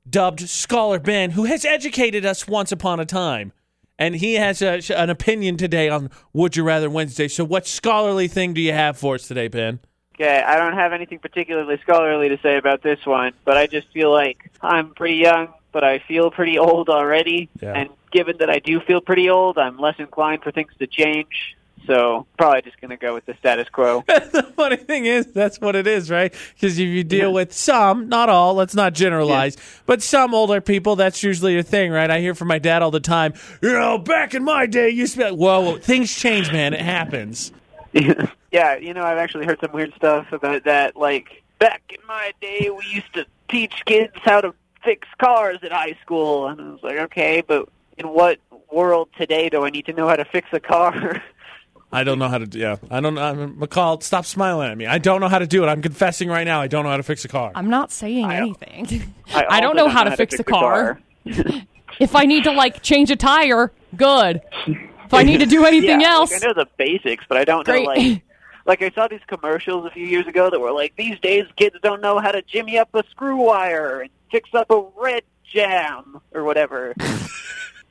A: dubbed Scholar Ben who has educated us once upon a time. And he has a, an opinion today on Would You Rather Wednesday. So, what scholarly thing do you have for us today, Ben?
G: Okay, I don't have anything particularly scholarly to say about this one, but I just feel like I'm pretty young but I feel pretty old already.
A: Yeah.
G: And given that I do feel pretty old, I'm less inclined for things to change. So probably just going to go with the status quo.
A: <laughs> the funny thing is, that's what it is, right? Because if you deal with some, not all, let's not generalize, but some older people, that's usually the thing, right? I hear from my dad all the time, you know, back in my day, you spent, whoa, whoa, things change, man. It happens.
G: yeah, you know, I've actually heard some weird stuff about that. Like back in my day, we used to teach kids how to fix cars at high school, and I was like, okay, but in what world today do I need to know how to fix a car? <laughs>
A: I don't know how to, do- yeah. I don't know. I'm- McCall, stop smiling at me. I don't know how to do it. I'm confessing right now. I don't know how to fix a car.
B: I'm not saying anything. <laughs>
G: I,
B: I don't
G: also
B: know how to fix a car. if I need to like change a tire, good. If I need to do anything
G: yeah,
B: else,
G: Like, I know the basics, but I don't
B: Great.
G: know
B: <laughs>
G: like. Like I saw these commercials a few years ago that were like, these days kids don't know how to jimmy up a screw wire and fix up a red jam or
B: <laughs>
G: whatever.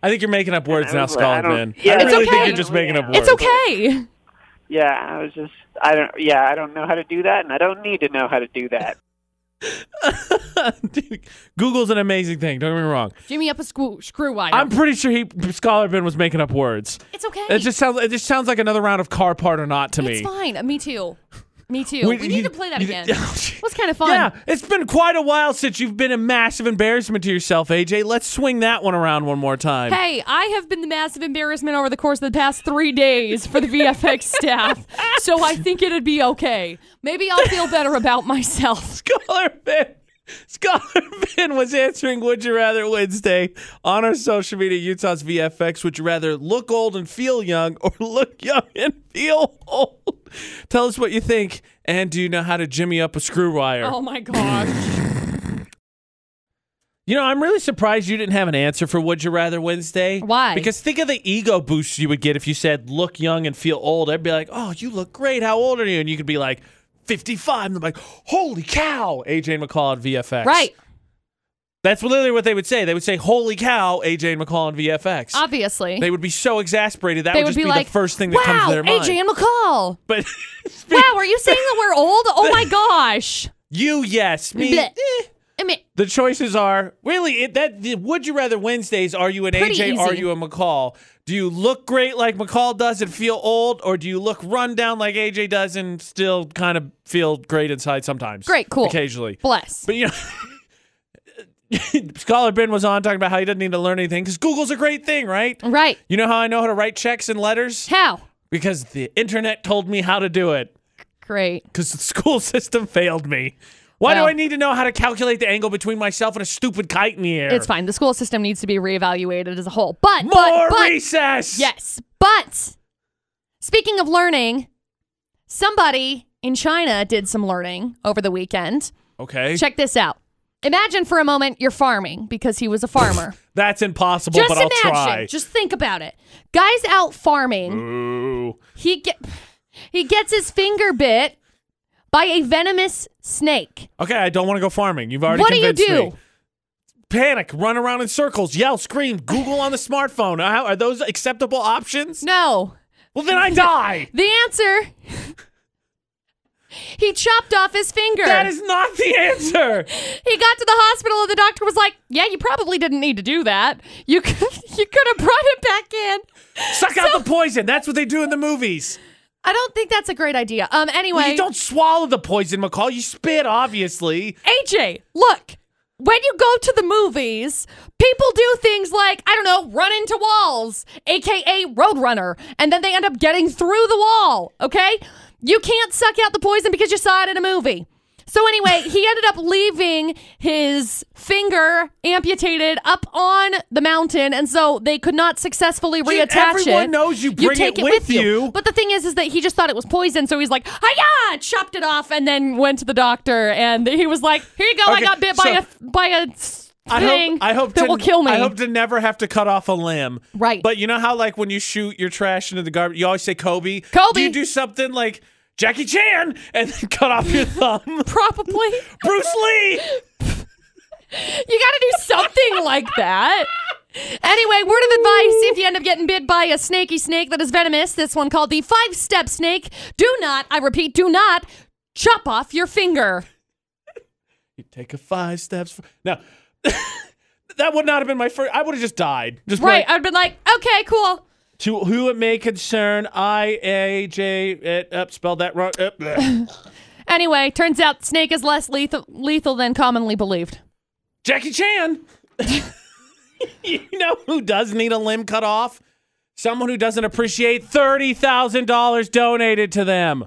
A: I think you're making up words
G: I
A: now,
G: was like, I
A: Scald,
G: don't-
A: man.
G: yeah,
A: I
B: It's
A: really
B: okay.
A: think you're just making up words.
B: it's okay.
G: Yeah, I was just I don't yeah, I don't know how to do that and I don't need to know how to do that.
A: <laughs> Dude, Google's an amazing thing. Don't get me wrong.
B: Jimmy up a screw, screw wire.
A: I'm pretty sure he Scholar Ben was making up words.
B: it's okay.
A: It just sounds. It just sounds like another round of car part or not to
B: it's
A: me.
B: fine. Me too. Me too. We, need
A: you-
B: to play that
A: you- <laughs>
B: again. was kind of fun.
A: Yeah, it's been quite a while since you've been a massive embarrassment to yourself, AJ. Let's swing that one around one more time.
B: Hey, I have been the massive embarrassment over the course of the past three days for the VFX staff, so I think it'd be okay. Maybe I'll feel better
A: <laughs>
B: about myself.
A: Scholar Ben. Scholar Ben was answering Would You Rather Wednesday on our social media, Utah's VFX. Would you rather look old and feel young or <laughs> look young and feel old? Tell us what you think. And do you know how to jimmy up a screw wire?
B: Oh my god.
A: You know, I'm really surprised you didn't have an answer for Would You Rather Wednesday.
B: Why?
A: Because think of the ego boost you would get if you said, look young and feel old. I'd be like, oh, you look great. How old are you? And you could be like, 55. And I'm like, holy cow, AJ and McCall at VFX.
B: Right.
A: That's literally what they would say. They would say, holy cow, AJ and McCall and VFX.
B: Obviously.
A: they would be so exasperated. That
B: Um, They
A: would just be,
B: like,
A: the first thing that
B: wow,
A: comes to their mind.
B: AJ
A: <laughs>
B: and McCall.
A: but
B: Wow, are you saying that we're old? Oh
A: <laughs>
B: my gosh.
A: you, yes. Me,
B: Bleh.
A: eh.
B: I mean,
A: The choices are really it, that. The, would you rather Wednesdays? Are you an
B: Pretty
A: AJ?
B: easy.
A: Are you a McCall? Do you look great like McCall does and feel old, or do you look run down like AJ does and still kind of feel great inside sometimes?
B: Great, cool.
A: occasionally.
B: bless.
A: But you know, <laughs> Scholar Ben was on talking about how he doesn't need to learn anything because Google's a great thing, right?
B: Right.
A: You know how I know how to write checks and letters
B: How?
A: because the internet told me how to do it
B: Great.
A: because the <laughs> school system failed me. Why
B: Well-
A: do I need to know how to calculate the angle between myself and a stupid kite in the air?
B: It's fine. The school system needs to be reevaluated as a whole. But,
A: More
B: but, but,
A: recess.
B: Yes. But speaking of learning, somebody in China did some learning over the weekend.
A: Okay.
B: Check this out. Imagine for a moment you're farming because he was
A: <laughs>
B: a farmer.
A: That's impossible,
B: Just
A: but
B: imagine.
A: I'll try.
B: Just think about it. Guy's out farming.
A: Ooh.
B: He get he gets his finger bit by a venomous snake.
A: Okay, I don't want to go farming. You've already
B: What do you
A: convinced
B: do?
A: me. Panic, run around in circles, yell, scream, Google on the smartphone. How- Are those acceptable options?
B: No.
A: Well, then I die.
B: The answer <laughs> He chopped off his finger.
A: that is not the answer.
B: He got to the hospital and the doctor was like, "Yeah, you probably didn't need to do that. You could <laughs> you could have brought it back in."
A: Suck out the poison. That's what they do in the movies.
B: I don't think that's a great idea. Um anyway,
A: Well, you don't swallow the poison, McCall. You spit, obviously.
B: AJ, look. When you go to the movies, people do things like, I don't know, run into walls, aka Roadrunner, and then they end up getting through the wall, okay? You can't suck out the poison because you saw it in a movie. So
A: <laughs>
B: anyway, he ended up leaving his finger amputated up on the mountain, and so they could not successfully
A: Yeah,
B: reattach it.
A: everyone knows you bring
B: take
A: it with you.
B: But the thing is, is that he just thought it was poison, so he's like, "Hiya!" chopped it off, and then went to the doctor, and he was like, "Here you go, I
A: Okay,
B: got bit
A: so-
B: by a by a s-
A: I
B: thing
A: hope, I hope
B: that
A: to,
B: will kill me."
A: I hope to never have to cut off a limb.
B: Right.
A: But you know how like when you shoot your trash into the garbage, you always say Kobe.
B: Kobe.
A: Do you do something like Jackie Chan and then cut off your <laughs> thumb?
B: Probably, <laughs> you
A: Bruce Lee.
B: got to do something like that. Anyway, word of advice if you end up getting bit by a snaky snake that is venomous, this one called the five step snake, do not, I repeat, do not chop off your finger.
A: You take a five steps. For- now, <laughs> that would not have been my first. I would have just died. Just
B: Right.
A: right.
B: I'd been like, okay, cool.
A: to who it may concern, I A J. It up spelled that wrong. Uh, bleh.
B: Anyway, turns out Snake is less lethal, lethal than commonly believed.
A: Jackie Chan. <laughs> you know who does need a limb cut off? Someone who doesn't appreciate thirty thousand dollars donated to them.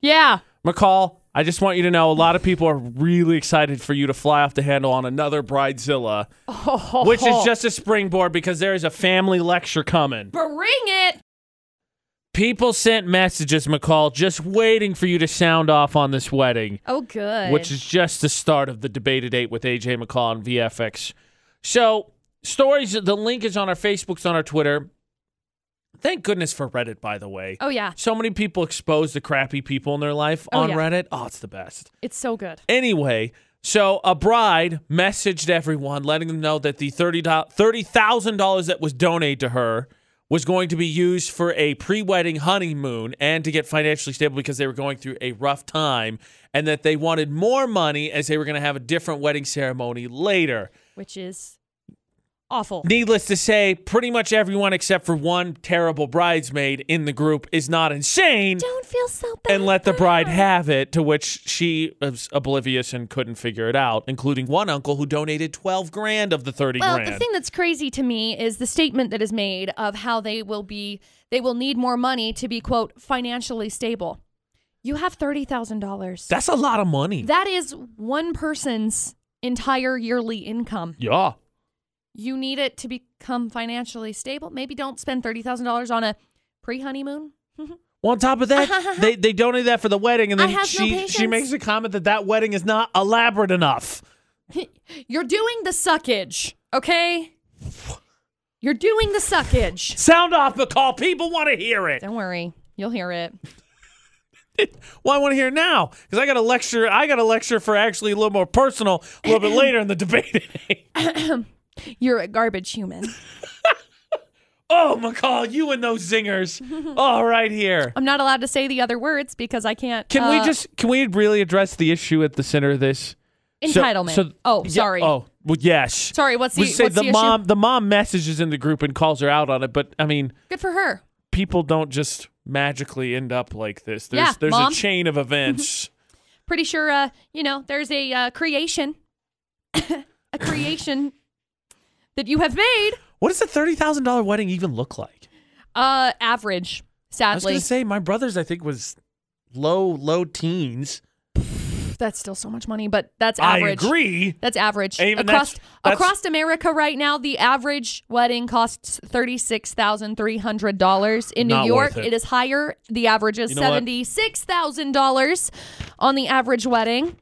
B: Yeah.
A: McCall, I just want you to know a lot of people are really excited for you to fly off the handle on another Bridezilla,
B: Oh.
A: which is just a springboard because there is a family lecture coming.
B: Bring it.
A: People sent messages, McCall, just waiting for you to sound off on this wedding,
B: Oh, good.
A: which is just the start of the debate date with AJ McCall and VFX. So, stories, the link is on our Facebooks, on our Twitter. Thank goodness for Reddit, by the way.
B: oh, yeah.
A: So many people expose the crappy people in their life
B: Oh,
A: on
B: yeah.
A: Reddit. Oh, it's the best.
B: It's so good.
A: Anyway, so a bride messaged everyone, letting them know that the $30 $30,000 that was donated to her was going to be used for a pre wedding honeymoon and to get financially stable because they were going through a rough time and that they wanted more money as they were going to have a different wedding ceremony later.
B: Which is awful.
A: Needless to say, pretty much everyone except for one terrible bridesmaid in the group is not insane
B: Don't feel so bad.
A: and let the bride
B: now.
A: have it, to which she was oblivious and couldn't figure it out, including one uncle who donated 12 grand of the 30
B: Well,
A: grand.
B: the thing that's crazy to me is the statement that is made of how they will be they will need more money to be quote financially stable. You have thirty thousand dollars.
A: That's a lot of money.
B: That is one person's entire yearly income.
A: yeah.
B: You need it to become financially stable. Maybe don't spend thirty thousand dollars on a pre honeymoon.
A: Well, on top of
B: <laughs>
A: that, they, they donated that for the wedding, and
B: I
A: then
B: have no
A: she she
B: patience.
A: makes a comment that that wedding is not elaborate enough.
B: You're doing the suckage, okay? You're doing the suckage.
A: Sound off, McCall. People want to hear it.
B: Don't worry, you'll hear it.
A: Well, I want to hear it now because I got a lecture. I got a lecture for actually a little more personal a little
B: <laughs>
A: bit later in the debate. <laughs>
B: You're a garbage human.
A: oh, McCall, you and those
B: <laughs>
A: zingers. All right, here.
B: I'm not allowed to say the other words because I can't.
A: Can
B: uh,
A: we just can we really address the issue at the center of this? So-
B: entitlement?
A: so-
B: oh,
A: yeah,
B: sorry.
A: oh, well, yes.
B: Sorry, what's
A: we
B: the-
A: say
B: what's
A: the
B: the issue?
A: mom the mom messages in the group and calls her out on it, but I mean,
B: Good for her.
A: people don't just magically end up like this. There's
B: Yeah,
A: there's
B: Mom.
A: a chain of
B: <laughs>
A: events.
B: Pretty sure, uh, you know, there's a uh, creation, <laughs> a creation that you have made.
A: what does a thirty thousand dollar wedding even look like?
B: Uh, average,
A: I was
B: sadly.
A: gonna say my brother's I think was low low teens.
B: that's still so much money, but that's
A: I
B: average.
A: agree.
B: That's average.
A: And even
B: across
A: that's- that's-
B: across America right now, the average wedding costs thirty six thousand three hundred dollars in New
A: Not
B: York.
A: worth it.
B: it is higher. The average is
A: You know what?
B: seventy six thousand dollars on the average wedding.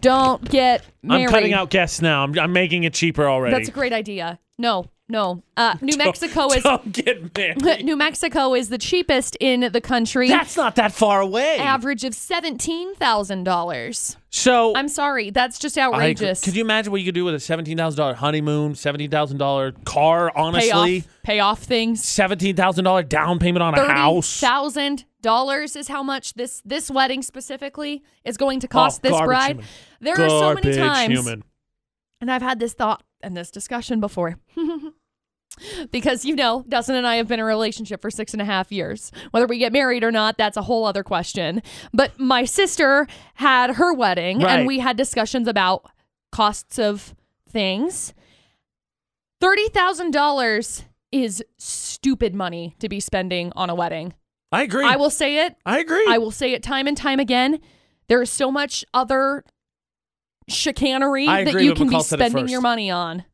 B: Don't get married.
A: I'm cutting out guests now. I'm, I'm making it cheaper already. <laughs>
B: That's a great idea. No, no. Uh, New Mexico is
A: Don't get
B: <laughs>
A: married.
B: New Mexico is the cheapest in the country.
A: That's not that far away.
B: average of seventeen thousand dollars.
A: So
B: I'm sorry, that's just
A: I agree.
B: outrageous.
A: could you imagine what you could do with a seventeen thousand dollar honeymoon, seventeen thousand dollar car?
B: pay
A: Honestly,
B: off pay off things?
A: seventeen thousand dollar down payment on a
B: thirty
A: house.
B: thousand dollars is how much this this wedding specifically is going to cost
A: Oh,
B: this
A: garbage
B: bride.
A: human.
B: There are so
A: Garbage
B: many times,
A: human.
B: and I've had this thought and this discussion before. <laughs> Because you know, Dustin and I have been in a relationship for six and a half years. Whether we get married or not, that's a whole other question. But my sister had her wedding,
A: Right.
B: and we had discussions about costs of things. Thirty thousand dollars is stupid money to be spending on a wedding.
A: I agree.
B: I will say it.
A: I agree.
B: I will say it time and time again. There is so much other chicanery
A: I
B: that
A: agree
B: you
A: with
B: can be
A: McCall said it
B: spending your
A: first.
B: money on.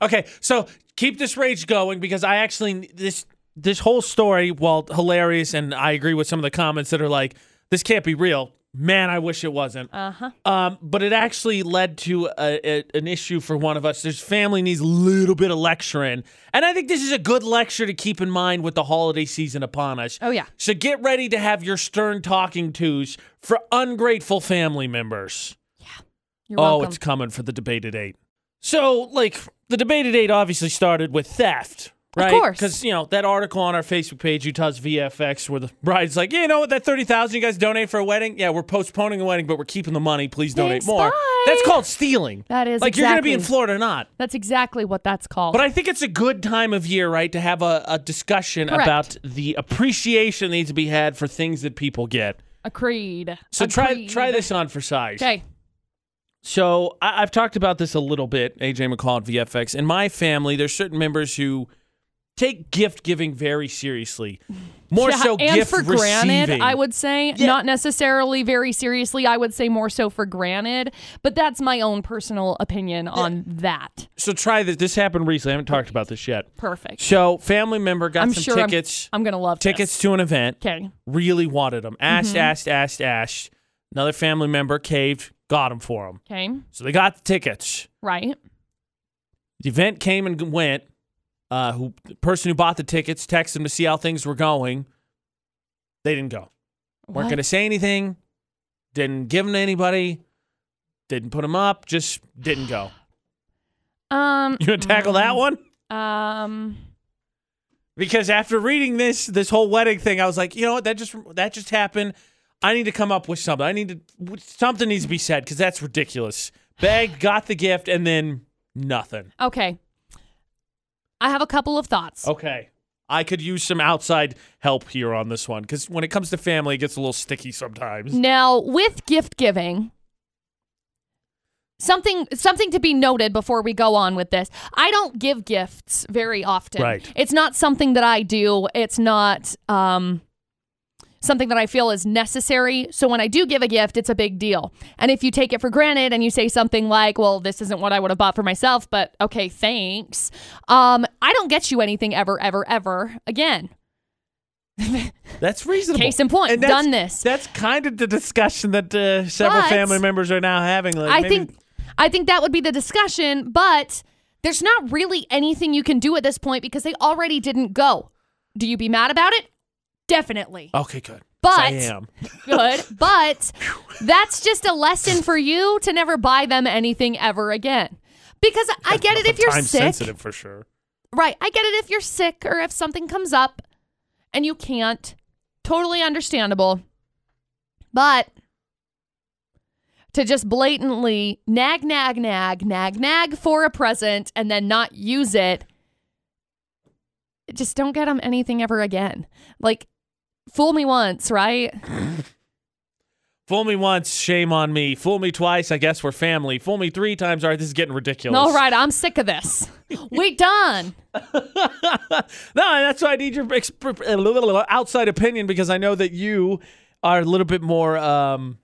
A: okay, so keep this rage going because I actually this this whole story, while hilarious, and I agree with some of the comments that are like, "This can't be real." Man, I wish it wasn't.
B: Uh huh.
A: Um, but it actually led to a, a, an issue for one of us. There's family needs a little bit of lecturing, and I think this is a good lecture to keep in mind with the holiday season upon us.
B: Oh yeah.
A: So get ready to have your stern talking tos for ungrateful family members.
B: You're
A: Oh,
B: welcome.
A: it's coming for the debate at eight. So, like, the debate at eight obviously started with theft Right?
B: course.
A: Because, you know, that article on our Facebook page, Utah's VFX, where the bride's like, yeah, you know what, that 30000 you guys donate for a wedding? Yeah, we're postponing the wedding, but we're keeping the money. Please donate
B: Thanks,
A: more.
B: bye.
A: That's called stealing.
B: That is
A: Like, you're going to be in
B: exactly-
A: Florida or not.
B: That's exactly what that's called.
A: But I think it's a good time of year, right, to have a, a discussion
B: Correct.
A: about the appreciation that needs to be had for things that people get.
B: a creed.
A: So
B: A
A: try
B: creed.
A: try this on for size.
B: Okay.
A: So I, I've talked about this a little bit, AJ McCall at VFX. In my family, there's certain members who take gift giving very
B: <laughs>
A: seriously. More
B: Yeah,
A: so
B: and
A: gift
B: for granted,
A: receiving.
B: I would say not necessarily very seriously. I would say more so for granted, but that's my own personal opinion on that.
A: so try this. This happened recently. I haven't talked about this yet.
B: Perfect.
A: So family member got
B: I'm
A: some
B: sure I'm- <laughs>
A: tickets.
B: I'm gonna love
A: tickets to an event.
B: Okay.
A: Really wanted them. Asked,
B: Mm-hmm.
A: asked, asked, asked. Another family member caved, got them for them.
B: Okay.
A: So they got the tickets.
B: Right.
A: The event came and went. Uh, who the person who bought the tickets texted them to see how things were going. They didn't go. weren't
B: What?
A: going to say anything. Didn't give them to anybody. Didn't put them up. Just didn't go.
B: Um.
A: <laughs> You gonna tackle that one?
B: Um.
A: Because after reading this, this whole wedding thing, I was like, you know what? That just that just happened. I need to come up with something. I need to something needs to be said because that's ridiculous. Begged, got the gift, and then nothing.
B: Okay. I have a couple of thoughts.
A: Okay. I could use some outside help here on this one because when it comes to family, it gets a little sticky sometimes.
B: Now, with gift giving, something something to be noted before we go on with this. I don't give gifts very often.
A: Right.
B: It's not something that I do. It's not um something that I feel is necessary. So when I do give a gift, it's a big deal. And if you take it for granted and you say something like, "Well, this isn't what I would have bought for myself, but okay, thanks." Um, I don't get you anything ever ever ever again.
A: That's reasonable.
B: Case in point,
A: And that's-
B: done this.
A: That's kind of the discussion that uh, several
B: But-
A: family members are now having. Like,
B: I
A: maybe-
B: think I think that would be the discussion, but there's not really anything you can do at this point because they already didn't go. Do you be mad about it?
A: <laughs>
B: Definitely.
A: Okay, good.
B: But-
A: I am.
B: Good. But that's just a lesson for you to never buy them anything ever again. Because I get it if you're
A: time
B: sick.
A: sensitive for sure.
B: Right. I get it if you're sick or if something comes up and you can't. Totally understandable. But to just blatantly nag, nag, nag, nag, nag for a present and then not use it, just don't get them anything ever again. Like, fool me once, right?
A: Fool me once, shame on me. Fool me twice, I guess we're family. Fool me three times, all right, this is getting ridiculous.
B: All right, I'm sick of this. we done.
A: <laughs> no, that's why I need your exp- a little outside opinion because I know that you are a little bit more. Um,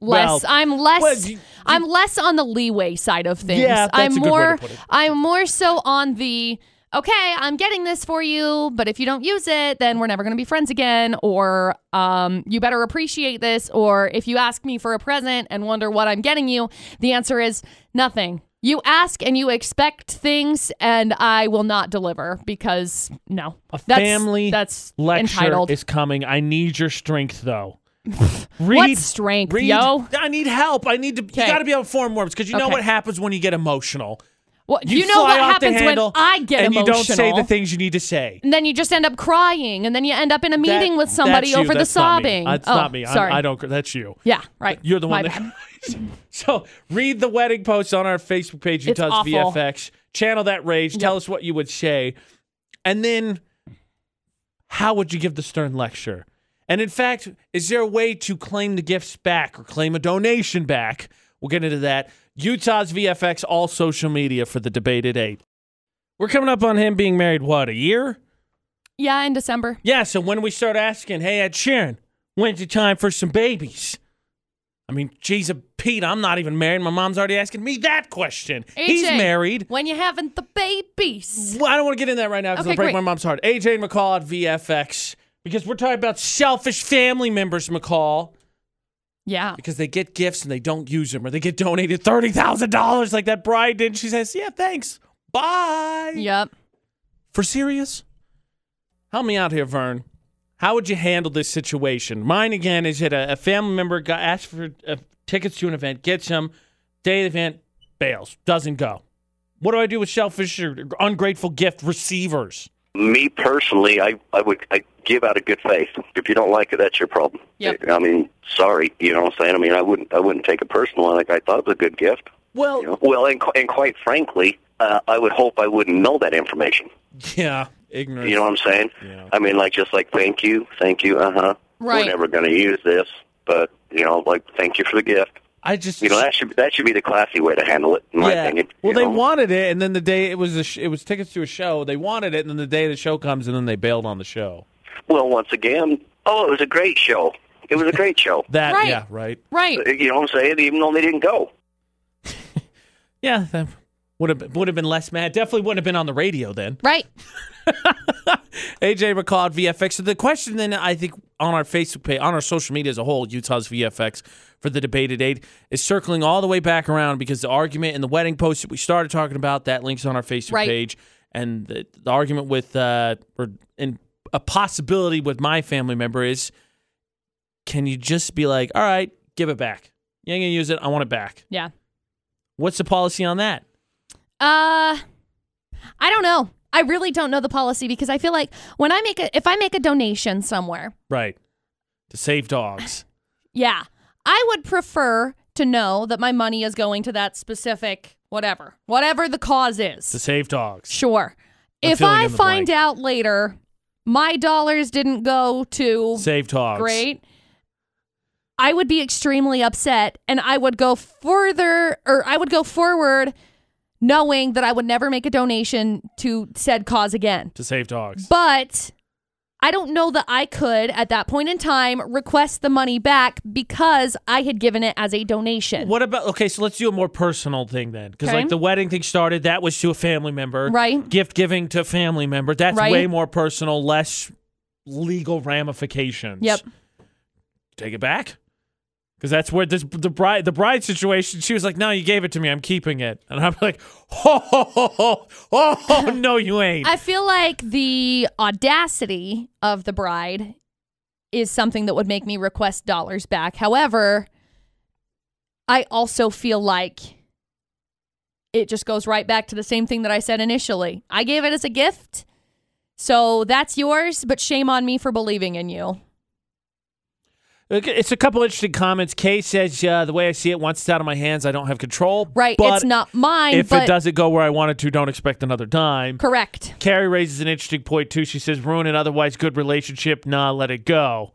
A: Well,
B: less i'm less
A: well, you-
B: i'm less on the leeway side of things
A: Yeah, that's
B: i'm
A: a good way to
B: more
A: put it.
B: i'm more so on the okay i'm getting this for you but if you don't use it then we're never going to be friends again or um, you better appreciate this or if you ask me for a present and wonder what i'm getting you the answer is nothing you ask and you expect things and i will not deliver because no
A: A
B: that's
A: family
B: that's
A: lecture
B: entitled
A: is coming. I need your strength, though. read,
B: <laughs> what strength
A: read.
B: yo
A: I need help. I need to. You
B: Okay.
A: got to be able to form words because you know
B: Okay.
A: what happens when you get emotional.
B: Well, you, know
A: fly
B: what
A: off the
B: happens when
A: handle
B: I get
A: and
B: emotional.
A: you don't say the things you need to say.
B: And then you just end up crying, and then you end up in a meeting
A: That-
B: with somebody
A: that's you.
B: over the
A: That's not me.
B: sobbing.
A: That's
B: oh,
A: not me.
B: Sorry.
A: I, I don't. That's you.
B: Yeah, right.
A: You're the one
B: My
A: that.
B: bad.
A: <laughs> so read the wedding post on our Facebook page,
B: It's
A: Utah's
B: awful.
A: VFX. Channel that rage. Tell us what you would say, and then how would you give the stern lecture? And in fact, is there a way to claim the gifts back or claim a donation back? We'll get into that. Utah's VFX, all social media for the debate at eight. We're coming up on him being married. What a year.
B: Yeah, in December.
A: Yeah, so when we start asking, hey, Ed Sheeran, when's your time for some babies? I mean, geez, uh, Pete, I'm not even married. My mom's already asking me that question. <laughs> He's
B: AJ,
A: married.
B: When you haven't the babies.
A: Well, I don't want to get in that right now because
B: Okay,
A: it'll break
B: great.
A: my mom's heart. AJ and McCall at VFX because we're talking about selfish family members, McCall, <laughs>
B: Yeah.
A: because they get gifts and they don't use them or they get donated $30,000 like that bride did. She says, yeah, thanks. Bye.
B: Yep.
A: For serious? Help me out here, Vern. How would you handle this situation? Mine again is that a, a family member got asked for uh, tickets to an event, gets them, day of the event, bails, doesn't go. What do I do with shellfish or ungrateful gift receivers?
F: Me personally, I I would I give out of good faith. If you don't like it, that's your problem.
B: Yep.
F: I mean, sorry, you know what I'm saying. I mean, I wouldn't I wouldn't take it personal. Like I thought it was a good gift.
A: Well,
F: You know? Well, and qu- and quite frankly, uh, I would hope I wouldn't know that information.
A: yeah, ignorance.
F: You know what I'm saying?
A: Yeah.
F: I mean, like just like thank you, thank you, uh huh.
B: Right.
F: We're never going to use this, but you know, like thank you for the gift.
A: I just
F: You know, that should that should be the classy way to handle it, in my opinion.
A: Well,
F: you
A: they
F: know?
A: wanted it, and then the day it was a sh- it was tickets to a show. They wanted it, and then the day the show comes, and then they bailed on the show.
F: Well, once again, oh, it was a great show. It was a
A: <laughs>
F: great show.
A: That
B: Right.
A: yeah right
B: Right.
F: you know what I'm saying? Even though they didn't go.
A: yeah that would have been, would have been less mad. Definitely wouldn't have been on the radio then. <laughs>
B: Right.
A: AJ McCall at VFX. So the question then I think on our Facebook page, on our social media as a whole, Utah's VFX for the debated aid is circling all the way back around because the argument in the wedding post that we started talking about that links on our Facebook
B: Right.
A: page, and the, the argument with uh or and a possibility with my family member is, can you just be like, all right, give it back? You ain't gonna use it. I want it back.
B: Yeah.
A: What's the policy on that?
B: Uh, I don't know. I really don't know the policy because I feel like when I make a if I make a donation somewhere,
A: Right. To save
B: <laughs>
A: dogs.
B: yeah, I would prefer to know that my money is going to that specific whatever, whatever the cause
A: to
B: is.
A: save dogs.
B: Sure.
A: I'm
B: if
A: filling
B: I
A: in the
B: find
A: blank.
B: out later my dollars didn't go to
A: Save dogs.
B: great. I would be extremely upset and I would go further or I would go forward knowing that I would never make a donation to said cause again.
A: To save dogs.
B: But I don't know that I could at that point in time request the money back because I had given it as a donation.
A: What about okay? So let's do a more personal thing then, because
B: Okay.
A: like the wedding thing started, that was to a family member,
B: Right.
A: Gift giving to a family member. That's
B: Right.
A: way more personal, less legal ramifications.
B: Yep.
A: Take it back, because that's where this the bride the bride situation. She was like, "No, you gave it to me. I'm keeping it," and I'm like, <laughs> "Oh, ho, ho, ho, oh, ho, no, you ain't."
B: I feel like the audacity of the bride is something that would make me request dollars back. However, I also feel like it just goes right back to the same thing that I said initially. I gave it as a gift. So that's yours, but shame on me for believing in you.
A: Okay, It's a couple interesting comments. Kay says, uh, "The way I see it, once it's out of my hands, I don't have control."
B: Right.
A: But
B: it's not mine,
A: if
B: but
A: it doesn't go where I want it to, don't expect another dime.
B: correct.
A: Carrie raises an interesting point too. She says, "Ruin an otherwise good relationship. Nah, let it go."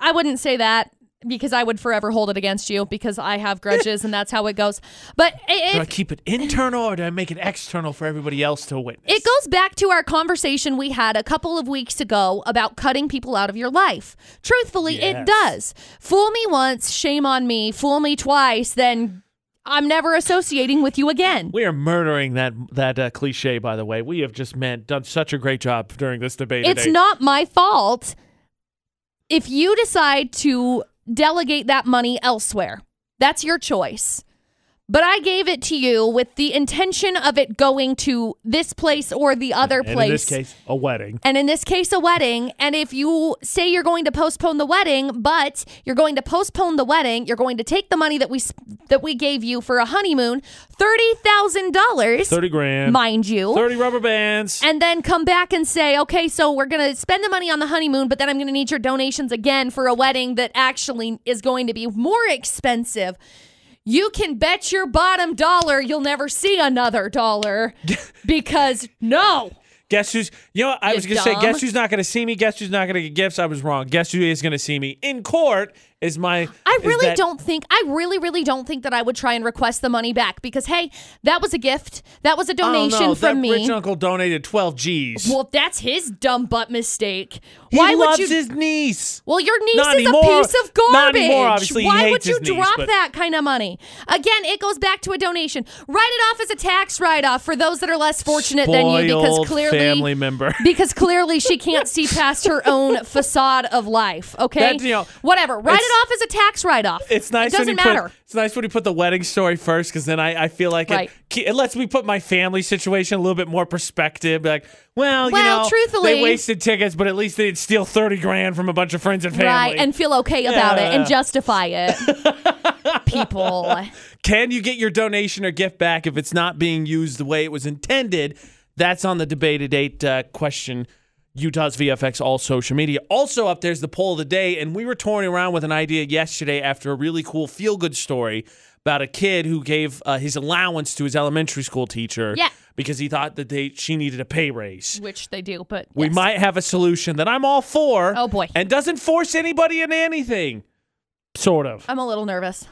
B: I wouldn't say that because I would forever hold it against you because I have grudges and that's how it goes. But i-
A: Do
B: if
A: I keep it internal or do I make it external for everybody else to witness?
B: It goes back to our conversation we had a couple of weeks ago about cutting people out of your life. Truthfully,
A: Yes.
B: it does. Fool me once, shame on me. Fool me twice, then I'm never associating with you again.
A: we are murdering that that uh, cliche, by the way. We have just man done such a great job during this debate.
B: It's
A: today.
B: not my fault if you decide to delegate that money elsewhere. That's your choice. But I gave it to you with the intention of it going to this place or the other
A: And
B: place.
A: in this case, a wedding.
B: and in this case a wedding and if you say you're going to postpone the wedding but you're going to postpone the wedding you're going to take the money that we s- that we gave you for a honeymoon $30,000
A: Thirty grand,
B: mind you
A: thirty rubber bands.
B: and then come back and say okay so we're going to spend the money on the honeymoon but then I'm going to need your donations again for a wedding that actually is going to be more expensive you can bet your bottom dollar you'll never see
A: <laughs>
B: another dollar because no
A: Guess who's? You know, what? I
B: You
A: was gonna say,
B: dumb.
A: guess who's not gonna see me? Guess who's not gonna get gifts? I was wrong. Guess who is gonna see me in court? Is my
B: I
A: is
B: really
A: that-
B: don't think I really really don't think that I would try and request the money back because hey, that was a gift. That was a
A: I don't
B: donation
A: know,
B: from
A: Oh, that
B: me.
A: Rich uncle donated twelve G's.
B: well, that's his dumb butt mistake.
A: He
B: Why
A: loves
B: would you
A: his niece.
B: Well, your niece
A: Not
B: is
A: anymore.
B: a piece of garbage.
A: Not anymore, obviously. He
B: Why
A: hates
B: would you
A: his niece,
B: drop
A: but-
B: that kind of money? Again, it goes back to a donation. Write it off as a tax write-off for those that are less fortunate than you because
A: Spoiled
B: clearly
A: family member.
B: because clearly she can't see
A: <laughs>
B: past her own facade of life, okay?
A: That, you know,
B: Whatever. Write
A: it's-
B: it off as a tax write-off.
A: <laughs> It's nice.
B: It doesn't
A: when he
B: matter.
A: Put, it's nice when you put the wedding story first, because then I, I feel like
B: Right.
A: it, ke- it lets me put my family situation a little bit more perspective. Like, well, you
B: Well,
A: know, they
B: truthfully-
A: wasted tickets, but at least they didn't steal thirty grand from a bunch of friends and family. <laughs>
B: Right, and feel okay about it and
A: Yeah.
B: justify it. people.
A: Can you get your donation or gift back if it's not being used the way it was intended? That's on the debated eight uh, question. Utah's VFX, all social media. Also up there's the poll of the day, and we were touring around with an idea yesterday after a really cool feel good story about a kid who gave uh, his allowance to his elementary school teacher
B: Yeah.
A: because he thought that they she needed a pay raise.
B: Which they do, but
A: We
B: yes.
A: might have a solution that I'm all for.
B: Oh, boy.
A: And doesn't force anybody into anything. Sort of.
B: I'm a little nervous.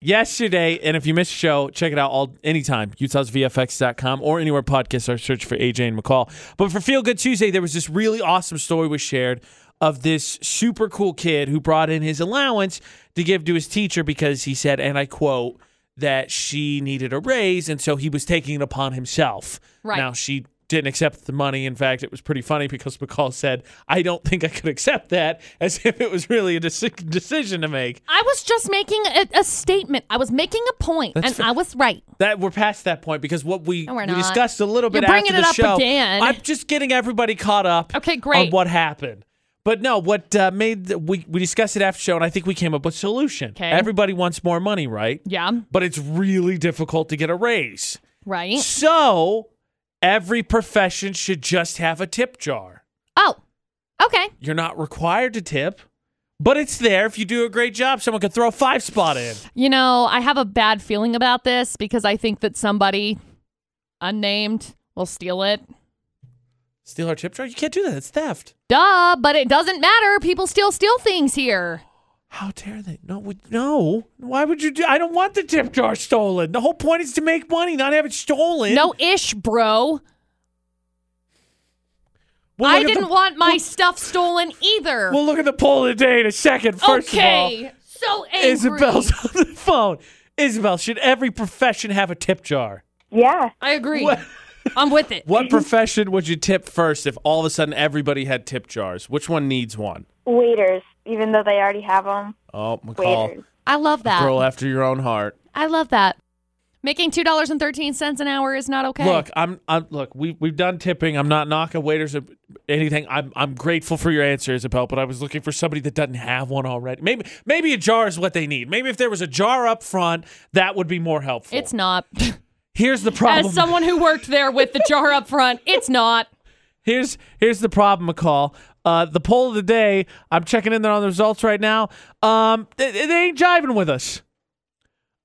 A: yesterday. And if you missed the show, check it out all anytime, utahsvfx.com or anywhere podcasts are search for AJ and McCall. But for Feel Good Tuesday, there was this really awesome story was shared of this super cool kid who brought in his allowance to give to his teacher because he said, and I quote, that she needed a raise, and so he was taking it upon himself.
B: Right.
A: Now she didn't accept the money. In fact, it was pretty funny because McCall said, I don't think I could accept that, as if it was really a deci- decision to make.
B: I was just making a, a statement. I was making a point,
A: That's
B: and
A: fair.
B: I was right.
A: That we're past that point because what we,
B: No, we're
A: we
B: not.
A: discussed a little bit
B: You're bringing
A: after
B: it
A: the show.
B: up again.
A: I'm just getting everybody caught up.
B: Okay, great.
A: On what happened, but no, what uh, made the, we we discussed it after show, and I think we came up with a solution.
B: 'Kay.
A: Everybody wants more money, right?
B: Yeah,
A: But it's really difficult to get a raise.
B: right.
A: So every profession should just have a tip jar.
B: Oh, okay.
A: You're not required to tip, but it's there if you do a great job. Someone could throw a five spot in.
B: You know, I have a bad feeling about this because I think that somebody unnamed will steal it.
A: Steal our tip jar? You can't do that. It's theft.
B: Duh, but it doesn't matter. People still steal things here.
A: How dare they? No, we, no. Why would you do? I don't want the tip jar stolen. The whole point is to make money, not have it stolen.
B: No ish, bro.
A: We'll
B: I
A: look at
B: didn't
A: the,
B: want my stuff stolen either.
A: We'll look at the poll of the day in a second. First
B: okay.
A: of
B: so
A: all,
B: angry.
A: Isabel's <laughs> on the phone. Isabel, should every profession have a tip jar?
E: Yeah.
B: I agree.
A: What,
B: I'm with it.
A: what profession would you tip first if all of a sudden everybody had tip jars? Which one needs one?
E: Waiters, even though they already have them.
A: Oh, McCall,
E: Waiters.
B: I love that.
A: girl after your own heart.
B: I love that. Making two dollars and thirteen cents an hour is not okay.
A: Look, I'm, I'm. Look, we we've done tipping. I'm not knocking waiters or anything. I'm I'm grateful for your answer, Isabel. But I was looking for somebody that doesn't have one already. Maybe maybe a jar is what they need. Maybe if there was a jar up front, that would be more helpful.
B: it's not. <laughs>
A: Here's the problem.
B: As someone who worked there with the jar up front, it's not.
A: here's here's the problem, McCall. Uh, the poll of the day. I'm checking in there on the results right now. Um, they, they ain't jiving with us.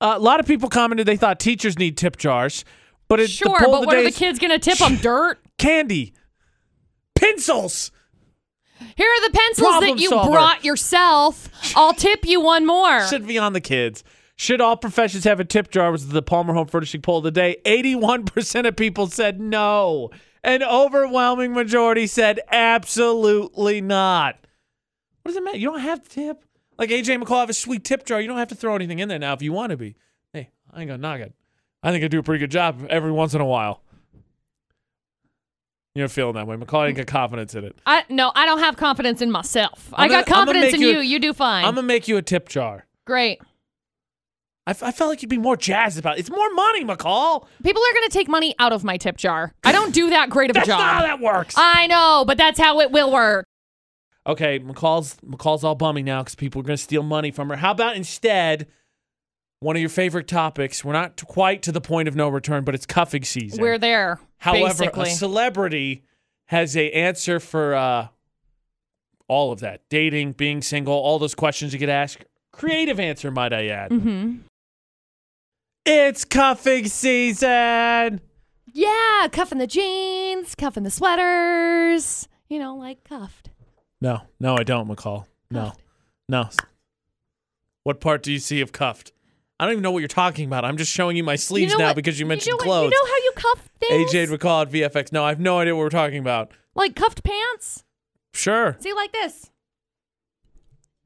A: Uh, a lot of people commented they thought teachers need tip jars, but it's
B: Sure,
A: <laughs> the poll of
B: but
A: the
B: what
A: day
B: are the
A: is
B: kids gonna tip
A: <laughs>
B: them? Dirt.
A: Candy, pencils.
B: Here are the pencils
A: Problem
B: that you
A: solver.
B: brought yourself. I'll tip you one more.
A: should be on the kids. Should all professions have a tip jar? Was the Palmer Home Furnishing poll of the day. 81% of people said no. An overwhelming majority said absolutely not. What does it matter? You don't have to tip. Like AJ McCall have a sweet tip jar. You don't have to throw anything in there now if you want to be. Hey, I ain't gonna knock it. I think I do a pretty good job every once in a while. You're feeling that way. McCall ain't got confidence in it.
B: I no, I don't have confidence in myself. i
A: I'm
B: got
A: gonna- I'm gonna
B: confidence
A: make
B: in
A: you-
B: you. You do fine.
A: I'm gonna make you a tip jar.
B: Great.
A: I, f- I felt like you'd be more jazzed about it. It's more money, McCall.
B: People are gonna take money out of my tip jar. I don't do that great of a
A: That's
B: job.
A: not how that works.
B: I know, but that's how it will work.
A: okay, McCall's McCall's all bummy now because people are going to steal money from her. How about instead one of your favorite topics? We're not t- quite to the point of no return, but it's cuffing season.
B: We're there.
A: However,
B: basically.
A: a celebrity has a answer for uh, all of that: dating, being single, all those questions you get asked. Creative answer, might I add.
B: mm-hmm.
A: It's cuffing season.
B: Yeah, cuffing the jeans, cuffing the sweaters. You know, like cuffed.
A: No, no, I don't, McCall. No,
B: Cuffed.
A: no. What part do you see of cuffed? I don't even know what you're talking about. I'm just showing you my sleeves
B: you know
A: now
B: what-
A: because you mentioned
B: know
A: clothes.
B: What, you know how you cuff things?
A: AJ and McCall at VFX. No, I have no idea what we're talking about.
B: like cuffed pants.
A: Sure,
B: See, like this.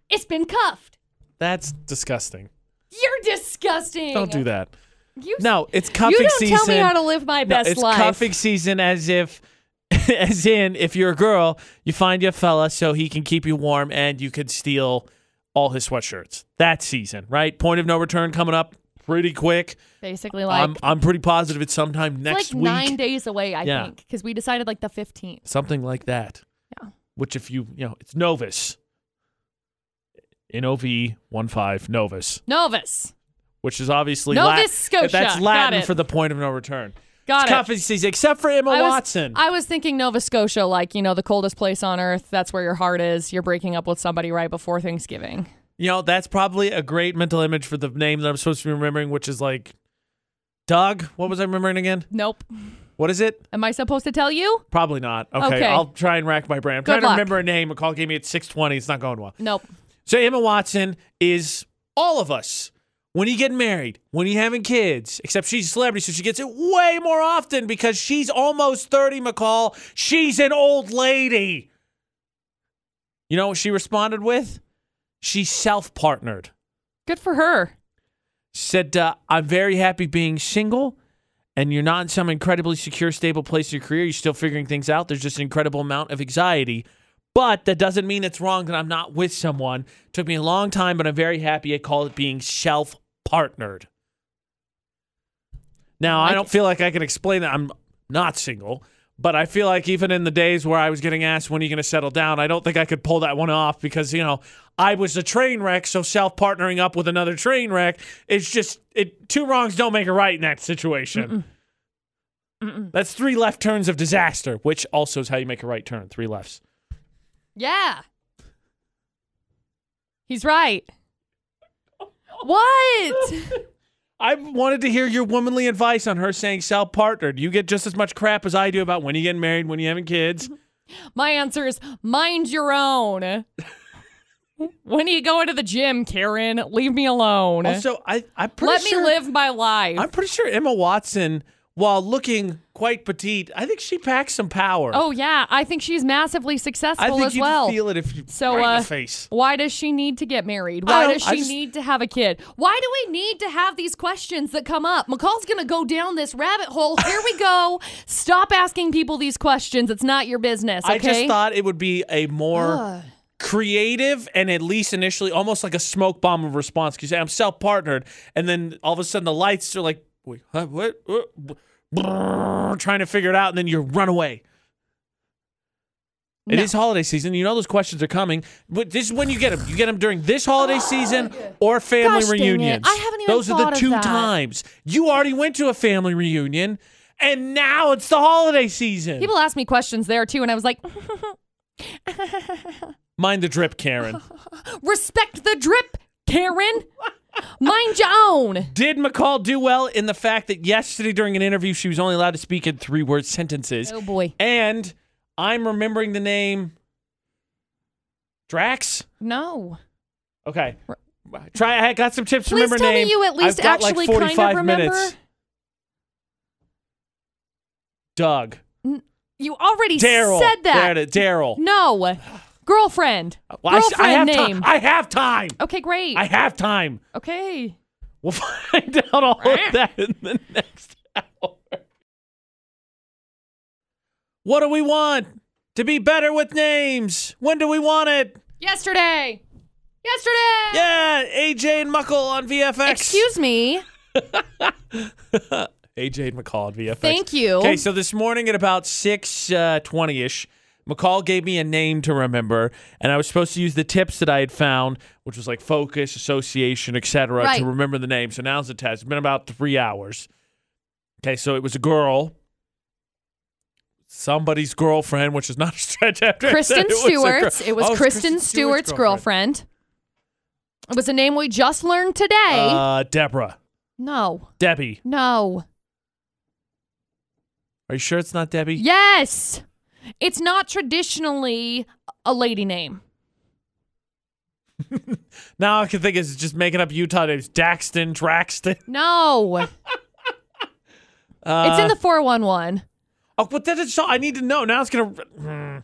B: It's been cuffed.
A: that's disgusting.
B: You're disgusting.
A: Don't do that.
B: You,
A: No, it's
B: you
A: cuffing
B: don't
A: season.
B: tell me how to live my
A: no,
B: best
A: it's
B: life.
A: cuffing season as if, <laughs> as in, if you're a girl, you find you a fella so he can keep you warm and you could steal all his sweatshirts. That season, right? Point of no return coming up pretty quick.
B: Basically, like
A: I'm I'm pretty positive it's sometime
B: it's
A: next week.
B: like nine days away. I
A: Yeah.
B: think because we decided like the fifteenth.
A: Something like that.
B: Yeah.
A: Which if you you know, it's Novus. NOV15 Novus,
B: Novus.
A: which is obviously
B: Novus
A: Latin.
B: Scotia.
A: That's
B: Got
A: Latin
B: it.
A: for the point of no return.
B: Got
A: it's
B: it.
A: competencies except for Emma
B: I was-
A: Watson.
B: I was thinking Nova Scotia, like, you know, the coldest place on earth. That's where your heart is. You're breaking up with somebody right before Thanksgiving.
A: you know, that's probably a great mental image for the name that I'm supposed to be remembering, which is like Doug. What was I remembering again?
B: Nope.
A: What is it?
B: Am I supposed to tell you?
A: Probably not. Okay,
B: Okay.
A: I'll try and rack my brain. I'm
B: Good
A: trying to
B: luck.
A: remember a name. A call gave me at 6:20. It's not going well.
B: Nope.
A: So Emma Watson is all of us. When you get married, when you having kids, except she's a celebrity, so she gets it way more often because she's almost 30, McCall. She's an old lady. You know what she responded with? She self partnered.
B: Good for her.
A: Said, uh, I'm very happy being single, and you're not in some incredibly secure, stable place in your career. You're still figuring things out. There's just an incredible amount of anxiety. But that doesn't mean it's wrong that I'm not with someone. took me a long time, but I'm very happy. I call it being self partnered. Now, I
B: Like-
A: don't feel like I can explain that I'm not single, but I feel like even in the days where I was getting asked, when are you going to settle down, I don't think I could pull that one off because, you know, I was a train wreck. So self partnering up with another train wreck is just, it, two wrongs don't make a right in that situation.
B: Mm-mm.
A: That's three left turns of disaster, which also is how you make a right turn. Three lefts.
B: Yeah. He's right.
A: <laughs>
B: What?
A: I wanted to hear your womanly advice on her saying self partnered. You get just as much crap as I do about when you getting married, when you having kids.
B: My answer is mind your own. when are you going to the gym, Karen? Leave me alone.
A: Also, I I pretty
B: Let
A: sure-
B: me live my life.
A: I'm pretty sure Emma Watson, while looking quite petite, I think she packs some power.
B: oh, yeah. I think she's massively successful
A: I think
B: as
A: you
B: well.
A: feel it if you
B: So,
A: right in
B: uh,
A: the face.
B: Why does she need to get married?
A: I
B: Why
A: don't-
B: does
A: I
B: she
A: just-
B: need to have a kid? Why do we need to have these questions that come up? McCall's going to go down this rabbit hole. Here we
A: <laughs>
B: go. Stop asking people these questions. It's not your business. Okay?
A: I just thought it would be a more
B: Ugh.
A: creative and at least initially almost like a smoke bomb of response because I'm self partnered, and then all of a sudden the lights are like, wait, huh, what? Uh, br- brrr, trying to figure it out, and then you run away. It
B: No.
A: is holiday season. You know those questions are coming. But this is when you get them. You get them during this
B: <gasps>
A: holiday season or family
B: Oh, Gosh dang it.
A: reunions.
B: I haven't even
A: Those are
B: thought
A: the
B: of
A: two
B: that.
A: times. You already went to a family reunion, and now it's the holiday season.
B: People ask me questions there too, and I was like,
A: Mind the drip,
B: <laughs>
A: Karen.
B: respect the drip, Karen. Mind your own.
A: Did McCall do well in the fact that yesterday during an interview she was only allowed to speak in three word sentences?
B: Oh boy.
A: And I'm remembering the name Drax.
B: No.
A: Okay. Try. I got some tips. to
B: Please
A: remember
B: tell me
A: name.
B: you at least
A: I've got like
B: actually kind of
A: 45
B: remember.
A: Minutes. Doug.
B: You already
A: Daryl.
B: said that.
A: There it is. Daryl.
B: No. Girlfriend.
A: Well, I s- I, have
B: Girlfriend
A: ti-
B: name. Oh,
A: I have time.
B: Okay, great.
A: I have time.
B: okay.
A: We'll <laughs> find out all of that in the next hour. What do we want? To be better with names. When do we want it?
B: Yesterday. Yesterday.
A: Yeah, AJ and Muckle on VFX.
B: Excuse me.
A: AJ and McCall on VFX.
B: Thank you.
A: <laughs> Okay, so this morning at about 620 ish, McCall gave me a name to remember, and I was supposed to use the tips that I had found, which was like focus, association, etc.,
B: Right.
A: to remember the name. So now's the test. It's been about three hours. Okay, so it was a girl, somebody's girlfriend, which is not a stretch after I said
B: Kristen
A: it was a girl.
B: Stewart's. It was
A: Oh,
B: Kristen Stewart's girlfriend. It was a name we just learned today.
A: Uh, Deborah.
B: no.
A: Debbie.
B: No.
A: Are you sure it's not Debbie?
B: Yes. It's not traditionally a lady name.
A: Now I can think it's just making up Utah names. Daxton, Draxton.
B: No.
A: Uh,
B: it's in the 411.
A: Oh, but that is so. I need to know. Now it's gonna. Hmm.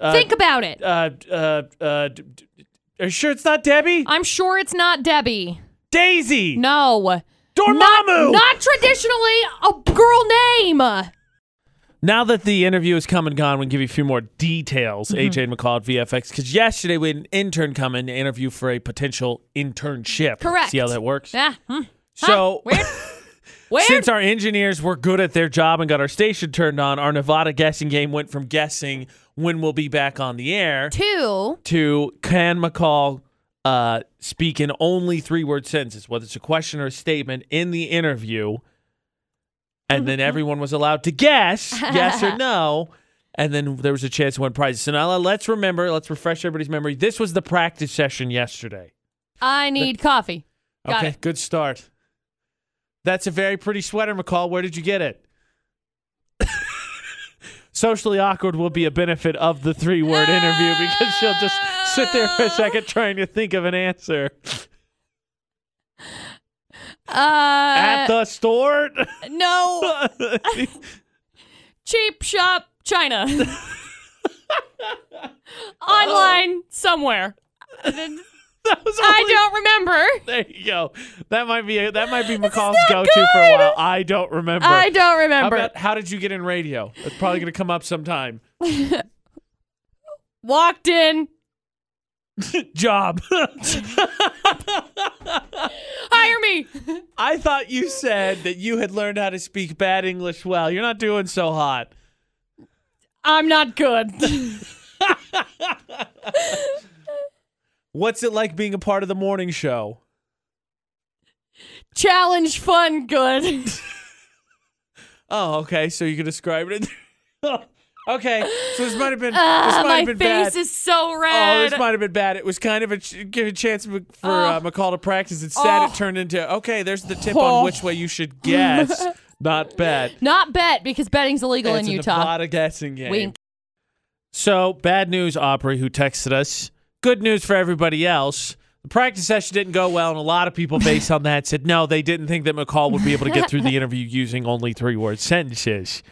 A: Uh,
B: Think about it.
A: Uh, uh, uh, d- d- d- are you sure it's not Debbie?
B: I'm sure it's not Debbie.
A: Daisy.
B: No.
A: Dormammu.
B: Not traditionally a girl name. Ah,
A: now that the interview is come and gone, we can give you a few more details.
B: Mm-hmm.
A: AJ and McCall at VFX. Because yesterday we had an intern come in to interview for a potential internship.
B: Correct.
A: See how that works.
B: Yeah. Hmm.
A: So. <laughs>
B: Weird. Weird.
A: Since our engineers were good at their job and got our station turned on, our Nevada guessing game went from guessing when we'll be back on the air
B: Two.
A: to can McCall uh, speak in only three word sentences, whether it's a question or a statement in the interview. And then everyone was allowed to guess yes or no. And then there was a chance to win prizes. So now let's remember, let's refresh everybody's memory. This was the practice session yesterday.
B: I need coffee. Got
A: okay,
B: it.
A: good start. That's a very pretty sweater, McCall. Where did you get it? <laughs> Socially awkward will be a benefit of the three word interview because she'll just sit there for a second trying to think of an answer. At
B: Uh,
A: the store? <laughs>
B: no cheap shop
A: <laughs>
B: China.
A: Oh.
B: Online somewhere.
A: that was
B: I
A: only-
B: don't remember.
A: There you go. That might be that might be McCall's go to for a
B: good.
A: while. I don't remember.
B: I don't
A: How
B: remember.
A: about how did you get in radio? That's probably going to come up sometime.
B: Walked in.
A: Job. <laughs>
B: Hire me.
A: I thought you said that you had learned how to speak bad English well. You're not doing so hot.
B: I'm
A: <laughs>
B: not good.
A: What's it like being a part of the morning show?
B: Challenge fun good.
A: Oh, okay. So you can describe it. <laughs> okay. So this might have been this
B: <laughs> Ah,
A: might
B: my
A: have been bad.
B: face is so
A: Oh,
B: red.
A: this might have been bad. It was kind of a ch- give a chance m- for uh, McCall to practice. It's sad it
B: Oh.
A: turned into okay. There's the tip
B: Oh.
A: on which way you should
B: <laughs>
A: guess. Not bad.
B: not bet because betting's illegal
A: it's
B: in
A: a
B: Utah.
A: Nevada guessing game.
B: Wink.
A: So bad news, Aubrey, who texted us. Good news for everybody else. The practice session didn't go well, and a lot of people, based on that, said no, they didn't think that McCall would be able to get
B: <laughs>
A: through the interview using only three word sentences.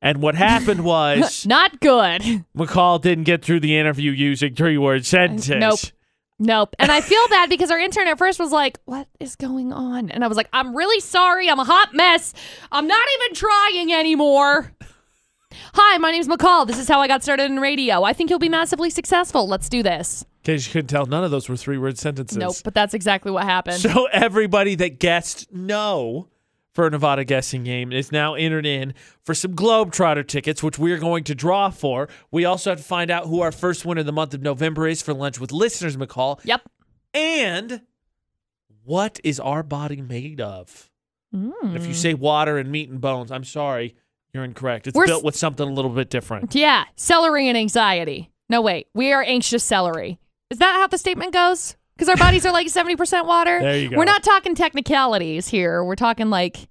A: And what happened
B: <laughs>
A: was
B: Not good.
A: McCall didn't get through the interview using three word sentences.
B: Nope. Nope. And I feel
A: <laughs>
B: bad because our intern at first was like, What is going on? And I was like, I'm really sorry. I'm a hot mess. I'm not even trying anymore. Hi, my name's McCall. This is how I got started in radio. I think you'll be massively successful. Let's do this.
A: In case you couldn't tell, none of those were three word sentences.
B: Nope, but that's exactly what happened.
A: So everybody that guessed no for a Nevada guessing game is now entered in for some Globetrotter tickets, which we're going to draw for. We also have to find out who our first winner of the month of November is for lunch with listeners, McCall.
B: yep.
A: And what is our body made of? And
B: Mm.
A: if you say water and meat and bones, I'm sorry, you're incorrect. It's
B: We're
A: built
B: s-
A: with something a little bit different.
B: Yeah. Celery and anxiety. No, wait. We are anxious celery. Is that how the statement goes? Because our bodies are like 70% water.
A: There you go.
B: We're not talking technicalities here. We're talking like,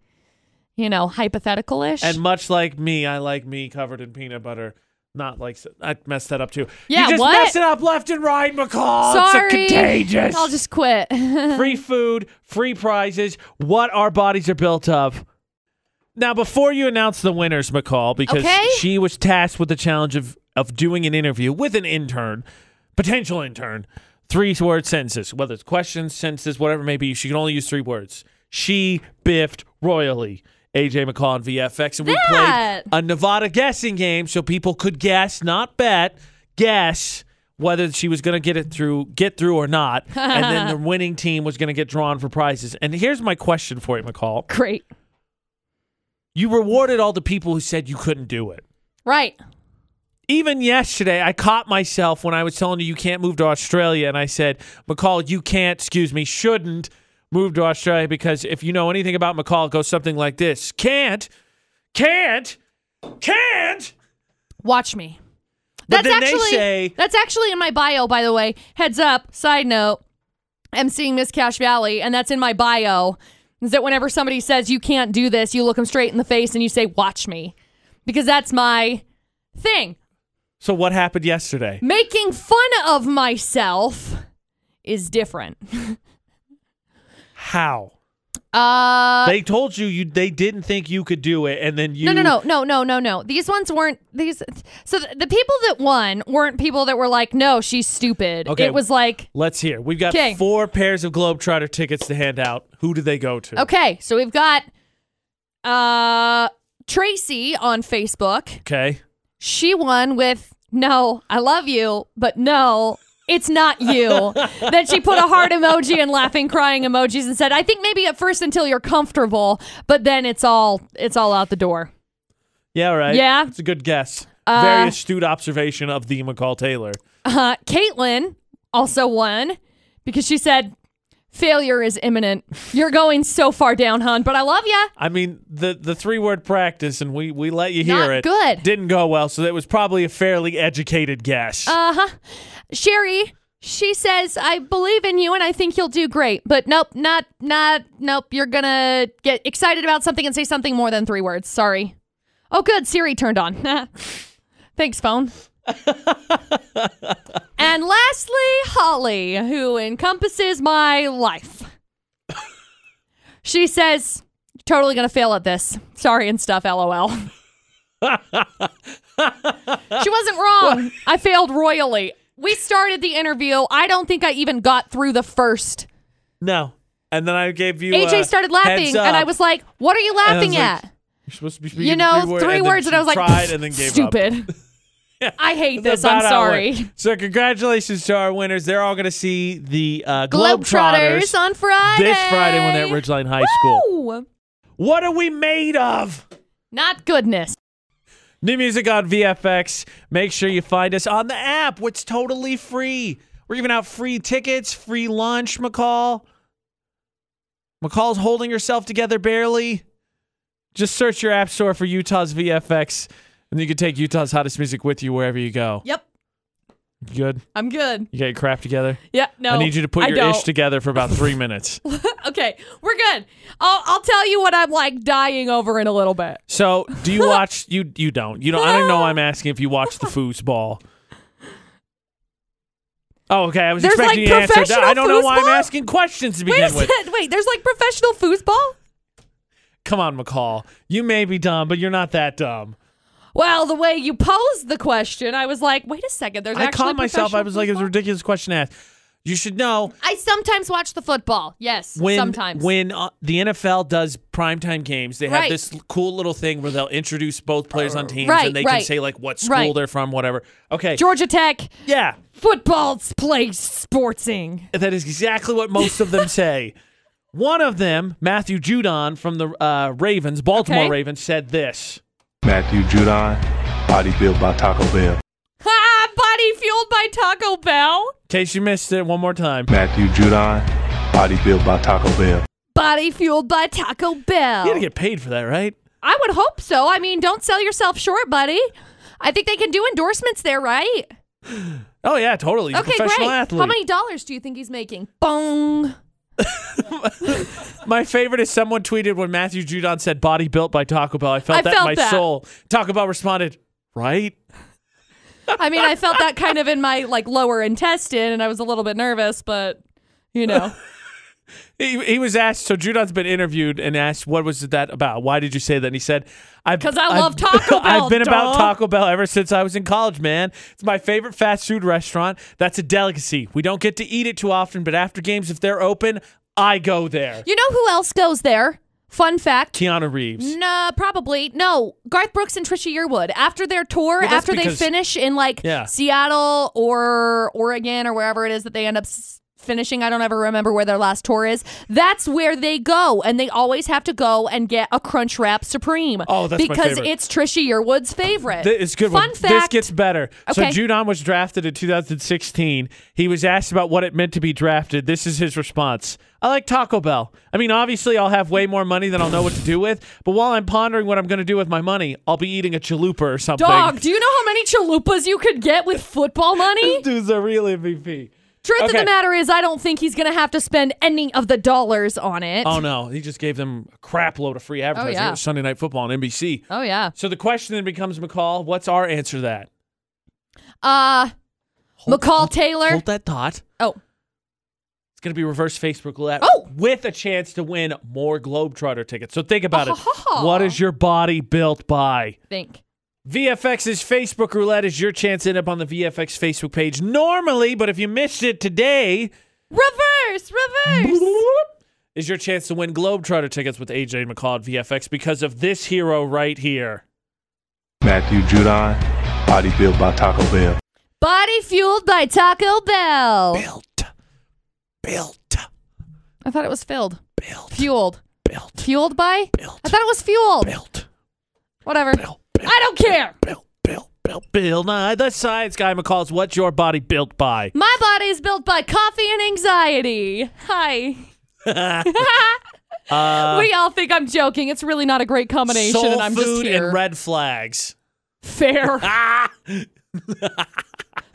B: you know, hypothetical ish.
A: And much like me, I like me covered in peanut butter. Not like I messed that up too.
B: Yeah,
A: you just
B: what?
A: mess it up left and right, McCall.
B: Sorry.
A: It's a contagious.
B: I'll just quit. <laughs>
A: free food, free prizes. What our bodies are built of. Now, before you announce the winners, McCall, because
B: Okay.
A: she was tasked with the challenge of of doing an interview with an intern, potential intern, three word sentences, whether it's questions, sentences, whatever it may be. She can only use three words. She biffed royally. AJ McCall on VFX, and we
B: That-
A: played a Nevada guessing game, so people could guess, not bet, guess whether she was going to get it through, get through or not, and then the winning team was going to get drawn for prizes. And here's my question for you, McCall:
B: Great.
A: You rewarded all the people who said you couldn't do it.
B: Right.
A: Even yesterday, I caught myself when I was telling you you can't move to Australia, and I said, McCall, you can't, excuse me, shouldn't move to Australia because if you know anything about McCall, it goes something like this: can't, can't, can't.
B: Watch me.
A: But
B: That's
A: then they
B: actually
A: say-
B: that's actually in my bio, by the way. Heads up, side note. I'm seeing Miss Cash Valley, and that's in my bio. Is that whenever somebody says you can't do this, you look them straight in the face and you say, "Watch me," because that's my thing.
A: So what happened yesterday?
B: Making fun of myself is different. <laughs>
A: How?
B: Uh,
A: they told you you they didn't think you could do it, and then you
B: No, no, no, no, no, no, no. These ones weren't these. So th- the people that won weren't people that were like, "No, she's stupid."
A: Okay.
B: It was like,
A: Let's hear. We've got
B: 'Kay.
A: four pairs of Globetrotter tickets to hand out. Who do they go to?
B: okay, so we've got uh Tracy on Facebook.
A: Okay.
B: She won with, "No, I love you, but no." It's not you. then she put a heart emoji and laughing, crying emojis, and said, "I think maybe at first until you're comfortable, but then it's all it's all out the door."
A: Yeah, all right.
B: Yeah.
A: It's a good guess.
B: Uh,
A: Very astute observation of the McCall Taylor.
B: Uh, Caitlin Uh-huh. also won because she said failure is imminent. You're going so far down, hon, but I love you.
A: I mean, the the three word practice, and we we let you hear
B: Not
A: it.
B: good.
A: Didn't go well, so that was probably a fairly educated guess.
B: Uh huh. Sherry, she says, I believe in you and I think you'll do great. But nope, not, not, nope. You're going to get excited about something and say something more than three words. Sorry. Oh, good. Siri turned on. <laughs> Thanks, phone. and lastly, Holly, who encompasses my life. She says, totally going to fail at this. Sorry and stuff, lol. she wasn't wrong. I failed royally. We started the interview. I don't think I even got through the first.
A: no. And then I gave you
B: AJ
A: uh,
B: started
A: heads
B: laughing,
A: up,
B: and I was like, "What are you
A: I
B: laughing
A: was like,
B: at?"
A: You're supposed to be
B: You
A: speaking
B: know,
A: word-
B: three
A: and then
B: words,
A: she
B: and I was like,
A: tried and then gave up. <laughs>
B: "Stupid." I hate
A: That's
B: this. I'm
A: about how it
B: sorry.
A: went. So congratulations to our winners. They're all going to see the uh,
B: Globetrotters on Friday.
A: this Friday when they're at Ridgeline High School.
B: Woo!
A: What are we made of?
B: Not goodness.
A: New music on VFX. Make sure you find us on the app, which is totally free. We're giving out free tickets, free lunch, McCall. McCall's holding herself together barely. Just search your app store for Utah's VFX, and you can take Utah's hottest music with you wherever you go.
B: Yep,
A: You Good.
B: I'm good.
A: You got your crap together?
B: Yeah, no.
A: I need you to put
B: I
A: your
B: don't.
A: ish together for about three
B: <laughs>
A: minutes.
B: okay, we're good. I'll, I'll tell you what I'm like dying over in a little bit.
A: So, do you watch? You you don't. You don't. I don't know. I'm asking if you watch the
B: <laughs>
A: foosball. Oh, okay. I was
B: There's,
A: expecting
B: like,
A: you to answer. that.
B: professional
A: I don't know why I'm
B: foosball?
A: asking questions to
B: Wait a
A: begin with.
B: second. Wait, there's like professional foosball?
A: Come on, McCall. You may be dumb, but you're not that dumb.
B: Well, the way you posed the question, I was like, wait a second. There's
A: I
B: actually
A: caught myself. I
B: professional
A: was like, it was a
B: foosball?
A: ridiculous question to ask. You should know
B: I sometimes watch the football. Yes,
A: when
B: sometimes.
A: when uh, the NFL does primetime games, they have
B: Right.
A: this l- cool little thing where they'll introduce both players on teams
B: Right,
A: and they can
B: right.
A: say like what school
B: Right.
A: they're from, whatever. Okay.
B: Georgia Tech
A: yeah.
B: footballs play sportsing.
A: That is exactly what most of
B: <laughs>
A: them say. One of them, Matthew Judon from the uh, Ravens, Baltimore
B: Okay.
A: Ravens, said this.
H: Matthew Judon, body built by Taco Bell.
B: Ha! Body fueled by Taco Bell.
A: In case you missed it, one more time.
H: Matthew Judon, body built by Taco Bell.
B: Body fueled by Taco Bell.
A: You gotta get paid for that, right?
B: I would hope so. I mean, don't sell yourself short, buddy. I think they can do endorsements there, right?
A: Oh yeah, totally. He's a
B: Okay,
A: professional
B: great.
A: athlete.
B: How many dollars do you think he's making? Bong.
A: My favorite is someone tweeted when Matthew Judon said "body built by Taco Bell." I felt
B: I
A: that in
B: felt
A: my
B: that.
A: soul. Taco Bell responded, "Right."
B: I mean, I felt that kind of in my like lower intestine, and I was a little bit nervous, but you know,
A: He, he was asked. So Judon's been interviewed and asked, "What was that about? Why did you say that?" And he said, "I've-
B: 'Cause I
A: I've-
B: love
A: <laughs>
B: Taco
A: I've
B: Bell,
A: been about
B: duh."
A: Taco Bell ever since I was in college, man. It's my favorite fast food restaurant. That's a delicacy. We don't get to eat it too often, but after games, if they're open, I go there."
B: <laughs> you know who else goes there? Fun fact.
A: Keanu Reeves.
B: No, probably no. Garth Brooks and Trisha Yearwood after their tour,
A: Well, that's
B: after
A: because-
B: they finish in like
A: Yeah.
B: Seattle or Oregon or wherever it is that they end up s- finishing. I don't ever remember where their last tour is. That's where they go, and they always have to go and get a Crunch Wrap Supreme.
A: Oh, that's my
B: because
A: favorite.
B: it's Trisha Yearwood's favorite.
A: Th- it's a good.
B: Fun
A: one.
B: fact.
A: This gets better.
B: Okay.
A: So Judon was drafted in 2016. He was asked about what it meant to be drafted. This is his response. I like Taco Bell. I mean, obviously, I'll have way more money than I'll know what to do with. But while I'm pondering what I'm going to do with my money, I'll be eating a chalupa or something. <laughs>
B: Dog, do you know how many chalupas you could get with football money?
A: This dude's a real MVP.
B: Truth of
A: Okay.
B: the matter is, I don't think he's going to have to spend any of the dollars on it.
A: Oh no, he just gave them a crap load of free advertising.
B: Oh, yeah.
A: It was Sunday Night Football on NBC.
B: Oh, yeah.
A: So the question then becomes, McCall, what's our answer to that?
B: Uh, McCall Taylor.
A: Hold that thought.
B: oh,
A: It's going to be reverse Facebook roulette
B: Oh!
A: with a chance to win more Globetrotter tickets. So think about it.
B: Ah.
A: What is your body built by?
B: think.
A: VFX's Facebook roulette is your chance to end up on the VFX Facebook page normally, but if you missed it today,
B: Reverse, reverse.
A: is your chance to win Globetrotter tickets with AJ McCall at VFX because of this hero right here.
H: Matthew Judon, body built by Taco Bell.
B: Body fueled by Taco Bell.
A: Built. Built.
B: I thought it was filled.
A: Built.
B: Fueled.
A: Built.
B: Fueled by?
A: Built.
B: I thought it was fueled.
A: Built.
B: Whatever.
A: Built.
B: I don't care.
A: Built. Built. Bill, Bill Nye, the science guy McCall's What's Your Body Built By?
B: My body is built by coffee and anxiety. Hi.
A: <laughs>
B: we all think I'm joking. It's really not a great combination,
A: Uh, Soul
B: and I'm
A: food
B: just here.
A: and red flags. <laughs>
B: Fair.
A: Ah!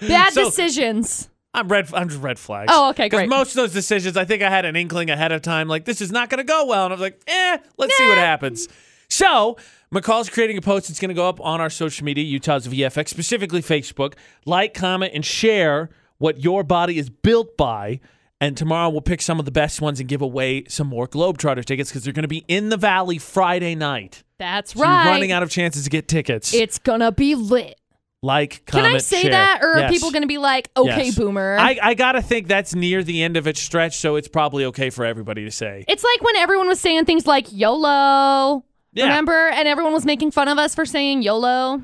B: Bad
A: So-
B: decisions.
A: I'm red. I'm just red flags.
B: Oh, okay,
A: 'Cause
B: great.
A: Most of those decisions, I think I had an inkling ahead of time, like this is not going to go well, and I was like, eh, let's see what happens. So McCall's creating a post that's going to go up on our social media, Utah's VFX, specifically Facebook. Like, comment, and share what your body is built by. And tomorrow we'll pick some of the best ones and give away some more Globetrotter tickets because they're going to be in the Valley Friday night.
B: That's
A: So
B: right.
A: You're running out of chances to get tickets.
B: It's gonna be lit.
A: like,
B: Can
A: comment,
B: I say
A: share.
B: that, or are
A: Yes.
B: people gonna be like, "Okay,
A: Yes.
B: boomer"?
A: I, I gotta think that's near the end of its stretch, so it's probably okay for everybody to say.
B: it's like when everyone was saying things like "YOLO."
A: Yeah.
B: Remember, and everyone was making fun of us for saying "YOLO."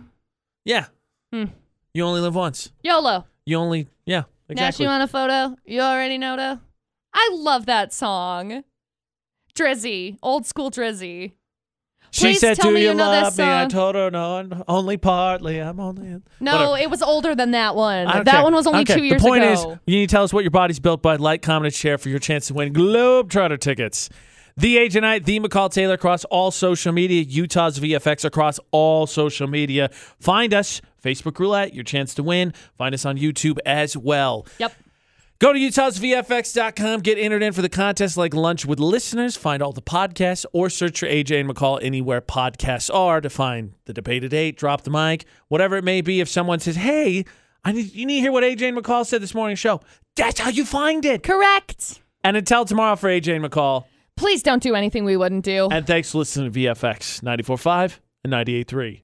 A: Yeah.
B: Hmm.
A: You only live once.
B: YOLO.
A: You only yeah. Exactly.
B: Now she want a photo. You already know though. I love that song. Drizzy, old school Drizzy.
A: she
B: Please
A: said,
B: tell
A: "Do
B: me
A: you
B: you know
A: love
B: this
A: me?" I
B: song.
A: told her no, I'm only partly. I'm only.
B: No,
A: Whatever.
B: it was older than that one.
A: I don't
B: That
A: care.
B: one was
A: I
B: only
A: don't care.
B: two years
A: The point
B: ago.
A: is, you need to tell us what your body's built by. Like, comment, and share for your chance to win Globetrotter tickets. The Agent Night, the McCall Taylor across all social media, Utah's VFX across all social media. Find us, Facebook Roulette, your chance to win. Find us on YouTube as well.
B: Yep.
A: Go to utahsvfx.com, get entered in for the contest like lunch with listeners. Find all the podcasts or search for AJ and McCall anywhere podcasts are to find the debated eight, drop the mic, whatever it may be. If someone says, hey, I need, you need to hear what AJ and McCall said this morning's show, that's how you find it.
B: Correct.
A: And until tomorrow for AJ and McCall,
B: Please don't do anything we wouldn't do.
A: and thanks for listening to VFX 94.5 and 98.3.